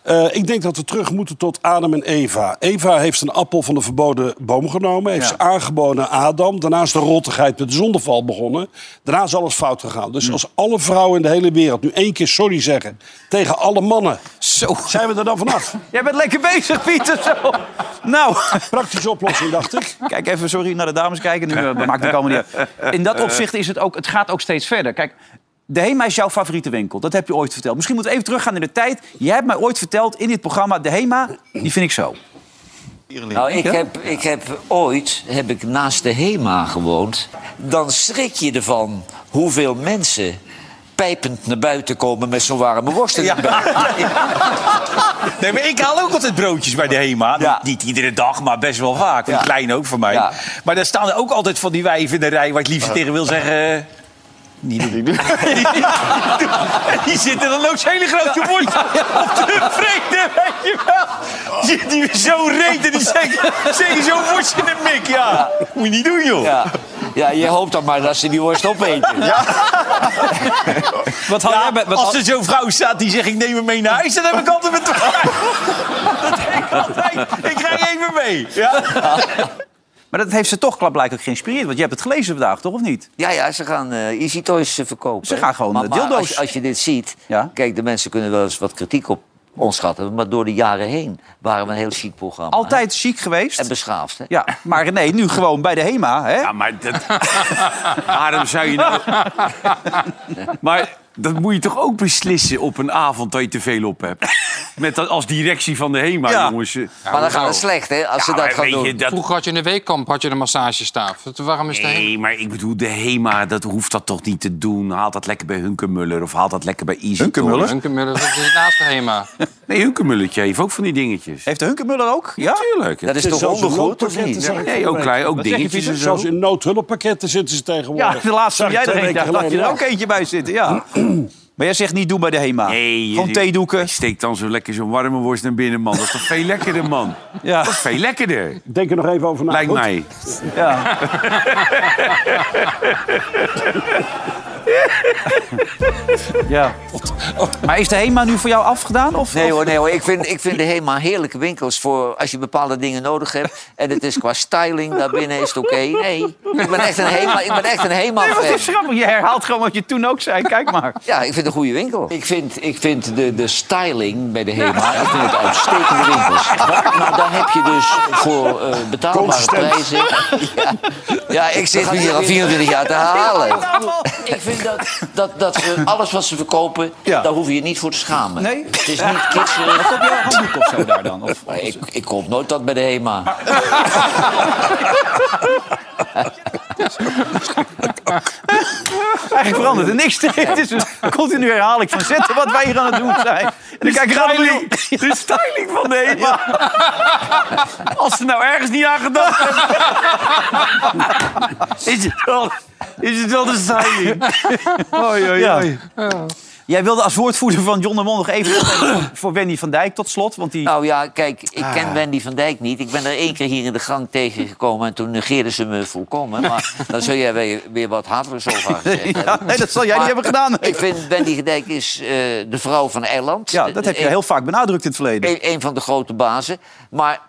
Eh, ik denk dat we terug moeten tot Adam en Eva. Eva heeft een appel van de verboden boom genomen. Heeft ze aangeboden aan Adam. Daarna is de rottigheid met de zondeval begonnen. Daarna is alles fout gegaan. Dus als alle vrouwen in de hele wereld nu één keer sorry zeggen... tegen alle mannen, zijn we er dan vanaf.
Jij bent lekker bezig, Pieter. Zo. Nou,
Praktische oplossing, dacht ik.
kijk even, sorry, naar de dames kijken. Nu eh, maakt het allemaal niet uit. In dat opzicht is het ook, het gaat ook steeds verder. Kijk, de Hema is jouw favoriete winkel. Dat heb je ooit verteld. Misschien moeten we even teruggaan in de tijd. Jij hebt mij ooit verteld in dit programma, de Hema, die vind ik zo.
Nou, ik heb, ik heb ooit heb ik naast de HEMA gewoond. Dan schrik je ervan hoeveel mensen pijpend naar buiten komen met zo'n warme worst. in de buik.
Nee, maar ik haal ook altijd broodjes bij de HEMA. Niet, niet iedere dag, maar best wel vaak. Van die
Ja.
kleine ook van mij.
Ja.
Maar daar staan er ook altijd van die wijven in de rij... waar ik liever tegen wil zeggen... eh, Niet doen. die zitten dan ook zo'n hele grote mond op de vrede, weet je wel. Die, die zo reet en die zeggen, zeggen zo'n worst in de mik, ja. Moet je niet doen, joh.
Ja. ja, je hoopt dan maar dat ze die worst opeten.
Wat had
Ja,
jij bij- wat
als
had-
er zo'n vrouw staat die zegt ik neem hem mee naar huis, dan heb ik altijd mijn twijfel. Dat denk ik altijd. Ik rij even mee. Ja.
Maar dat heeft ze toch blijkbaar geïnspireerd. Want je hebt het gelezen vandaag, toch of niet?
Ja, ja, ze gaan eh Easy Toys eh, verkopen.
Ze
hè.
gaan gewoon,
maar,
eh,
maar
dildo's.
Als, je- als je dit ziet,
Ja.
kijk, de mensen kunnen wel eens wat kritiek op ons gehad hebben. Maar door de jaren heen waren we een heel chic programma. hè.
Altijd chic geweest.
En beschaafd, hè?
Ja, maar nee, nu gewoon bij de Hema. Hè?
Ja, maar dat... waarom zou je nou... maar dat moet je toch ook beslissen op een avond dat je te veel op hebt? Met dat, als directie van de HEMA,
Ja.
jongens. eh.
maar dan gaat het slecht, hè? Als ze
Ja,
dat
maar
gaan
weet
doen.
je, dat-
Vroeger had je in de weekkamp had je een massagestaaf. Het- Waarom is het heen?
Nee, maar ik bedoel, de HEMA, dat hoeft dat toch niet te doen? Haal dat lekker bij Hunkemuller of haal dat lekker bij Easy.
Hunkemuller?
Toys.
dat is naast de HEMA.
Nee, Hunkemulletje heeft ook van die dingetjes.
Heeft de Hunkemuller ook? Ja?
Tuurlijk.
Dat is toch
zelfs een
ondergoed, of
noodpakket,
niet?
zeg ik
Nee, ook, klein, ook
Wat zeg je,
dingetjes en
Pieter?
zo.
Zelfs in noodhulppakketten zitten ze
Ja,
tegenwoordig.
de laatste
Zag
die
ik
jij
twee
erin
weken
dacht, dat je nou,
geleden
er ook eentje bij zit. Ja. maar jij zegt niet doen bij de HEMA.
Nee,
Gewoon
je-
theedoeken.
Steek dan zo lekker zo'n warme worst naar binnen, man. Dat is toch veel lekkerder, man.
Ja.
Dat is veel lekkerder,
Denk er nog even over na.
lijkt
Goed.
mij.
ja. Maar is de HEMA nu voor jou afgedaan? Of,
Nee hoor, nee hoor. Ik vind, ik vind de HEMA heerlijke winkels voor als je bepaalde dingen nodig hebt. En het is qua styling daarbinnen is het oké. Nee, ik ben echt een HEMA, ik ben echt een HEMA
Nee, wat
fan.
is grappig. Je herhaalt gewoon wat je toen ook zei. Kijk maar.
Ja, ik vind het een goede winkel. Ik vind, ik vind de, de styling bij de HEMA ik vind het uitstekende winkels. Maar, maar daar heb je dus voor eh, betaalbare prijzen... Ja, ja, ik zit nu hier al 24 jaar te halen. Ik vind dat, dat, dat ze alles wat ze verkopen,
Ja.
daar hoef je je niet voor te schamen.
Nee?
Het is niet kitscherig.
Op jouw handdoek of zo daar dan? Of,
Maar ik, ik koop nooit dat bij de HEMA.
eigenlijk verandert er niks. Het is een continu herhaling van zetten wat wij hier aan het doen zijn. En dan kijk ik allemaal
De styling van de HEMA. Als ze nou ergens niet aan gedacht hebben. Is het wel, is het wel de styling?
Ja. Jij wilde als woordvoerder van John de Mol nog even voor Wendy van Dijk tot slot. Want die...
Nou ja, kijk, ik ken Wendy van Dijk niet. Ik ben er één keer hier in de gang tegengekomen en toen negeerden ze me volkomen. Maar dan zul jij weer, weer wat hatelijks over haar gezegd hebben.
Ja, nee, dat zal jij niet
Maar
hebben gedaan.
Ik vind Wendy van Dijk is eh, de vrouw van Eiland.
Ja, dat heb je
Eén-
heel vaak benadrukt in het verleden.
Een, een van de grote bazen. Maar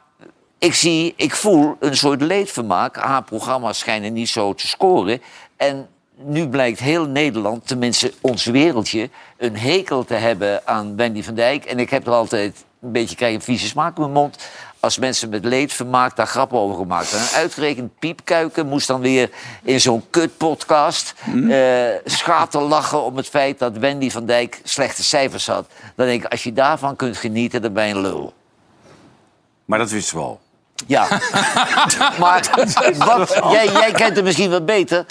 ik zie, ik voel een soort leedvermaak. Haar programma's schijnen niet zo te scoren. En nu blijkt heel Nederland, tenminste ons wereldje, een hekel te hebben aan Wendy van Dijk. En ik heb er altijd een beetje krijg een vieze smaak in mijn mond. Als mensen met leedvermaak daar grappen over gemaakt hebben. En uitgerekend Piepkuiken moest dan weer in zo'n kutpodcast eh schater lachen om het feit dat Wendy van Dijk slechte cijfers had. Dan denk ik, als je daarvan kunt genieten, dan ben je een lul.
Maar dat wisten we al.
Ja. maar wat, jij, jij kent hem misschien wat beter.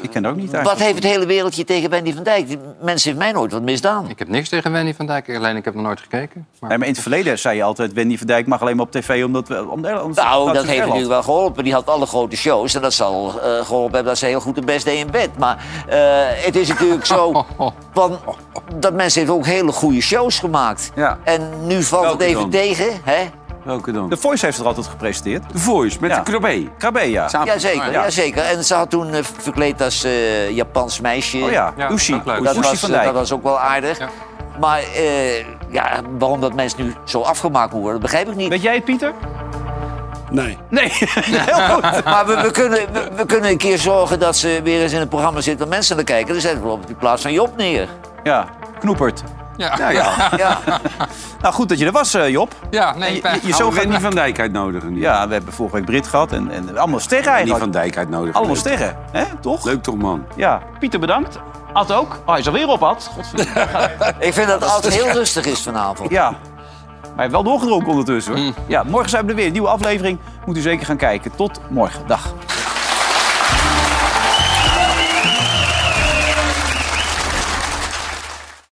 Ik ken dat ook niet
Wat
eigenlijk.
heeft het hele wereldje tegen Wendy van Dijk? Die mensen heeft mij nooit wat misdaan.
Ik heb niks tegen Wendy van Dijk, alleen ik heb nog nooit gekeken. Maar...
Nee, maar in het verleden zei je altijd... Wendy van Dijk mag alleen maar op tv omdat... we- Om de, om
Nou,
omdat
dat
het
heeft
Nederland-
natuurlijk wel geholpen. Die had alle grote shows. En dat zal eh, geholpen hebben dat ze heel goed de best deed in bed. Maar eh, het is natuurlijk zo. Van, dat mensen heeft ook hele goede shows gemaakt.
Ja.
En nu valt
Welke
het even
dan?
tegen. Hè?
Welke dan?
De Voice heeft het altijd gepresenteerd.
De Voice, met de Krabbe.
Krabbe, ja.
Jazeker, ja. zeker. En ze had toen eh, verkleed als eh, Japans meisje.
Oh ja, Ja, Lucy. ook leuk.
Dat,
Lucy
was,
van Dijk.
dat was ook wel aardig. Maar eh, ja, waarom dat mensen nu zo afgemaakt worden, dat begrijp ik niet. Weet
jij het, Pieter?
Nee.
Nee, heel goed.
Maar we, we kunnen, we, we kunnen een keer zorgen dat ze weer eens in het programma zitten... dat mensen naar kijken. Dan zetten we op die plaats van Job neer.
Ja, knoepert.
Ja.
Nou, ja.
Ah.
nou, goed dat je er was, eh, Job.
Ja, nee,
En je,
fijn.
je, je zoon gaat
Rennie van Dijk uitnodigen.
Ja, we hebben vorige week Brit gehad en, en allemaal sterren
Die
eigenlijk.
van Dijk uitnodigen.
Allemaal
Leuk.
sterren, hè? toch?
Leuk toch, man?
Ja. Pieter, bedankt. Ad ook. Oh, hij is alweer op, Ad. Godverdomme.
Ik vind dat het altijd heel rustig is dus vanavond.
Ja. Maar hij heeft
Hmm.
wel doorgedronken ondertussen. Hoor. Ja, morgen zijn we er weer. Nieuwe aflevering. Moet u zeker gaan kijken. Tot morgen. Dag.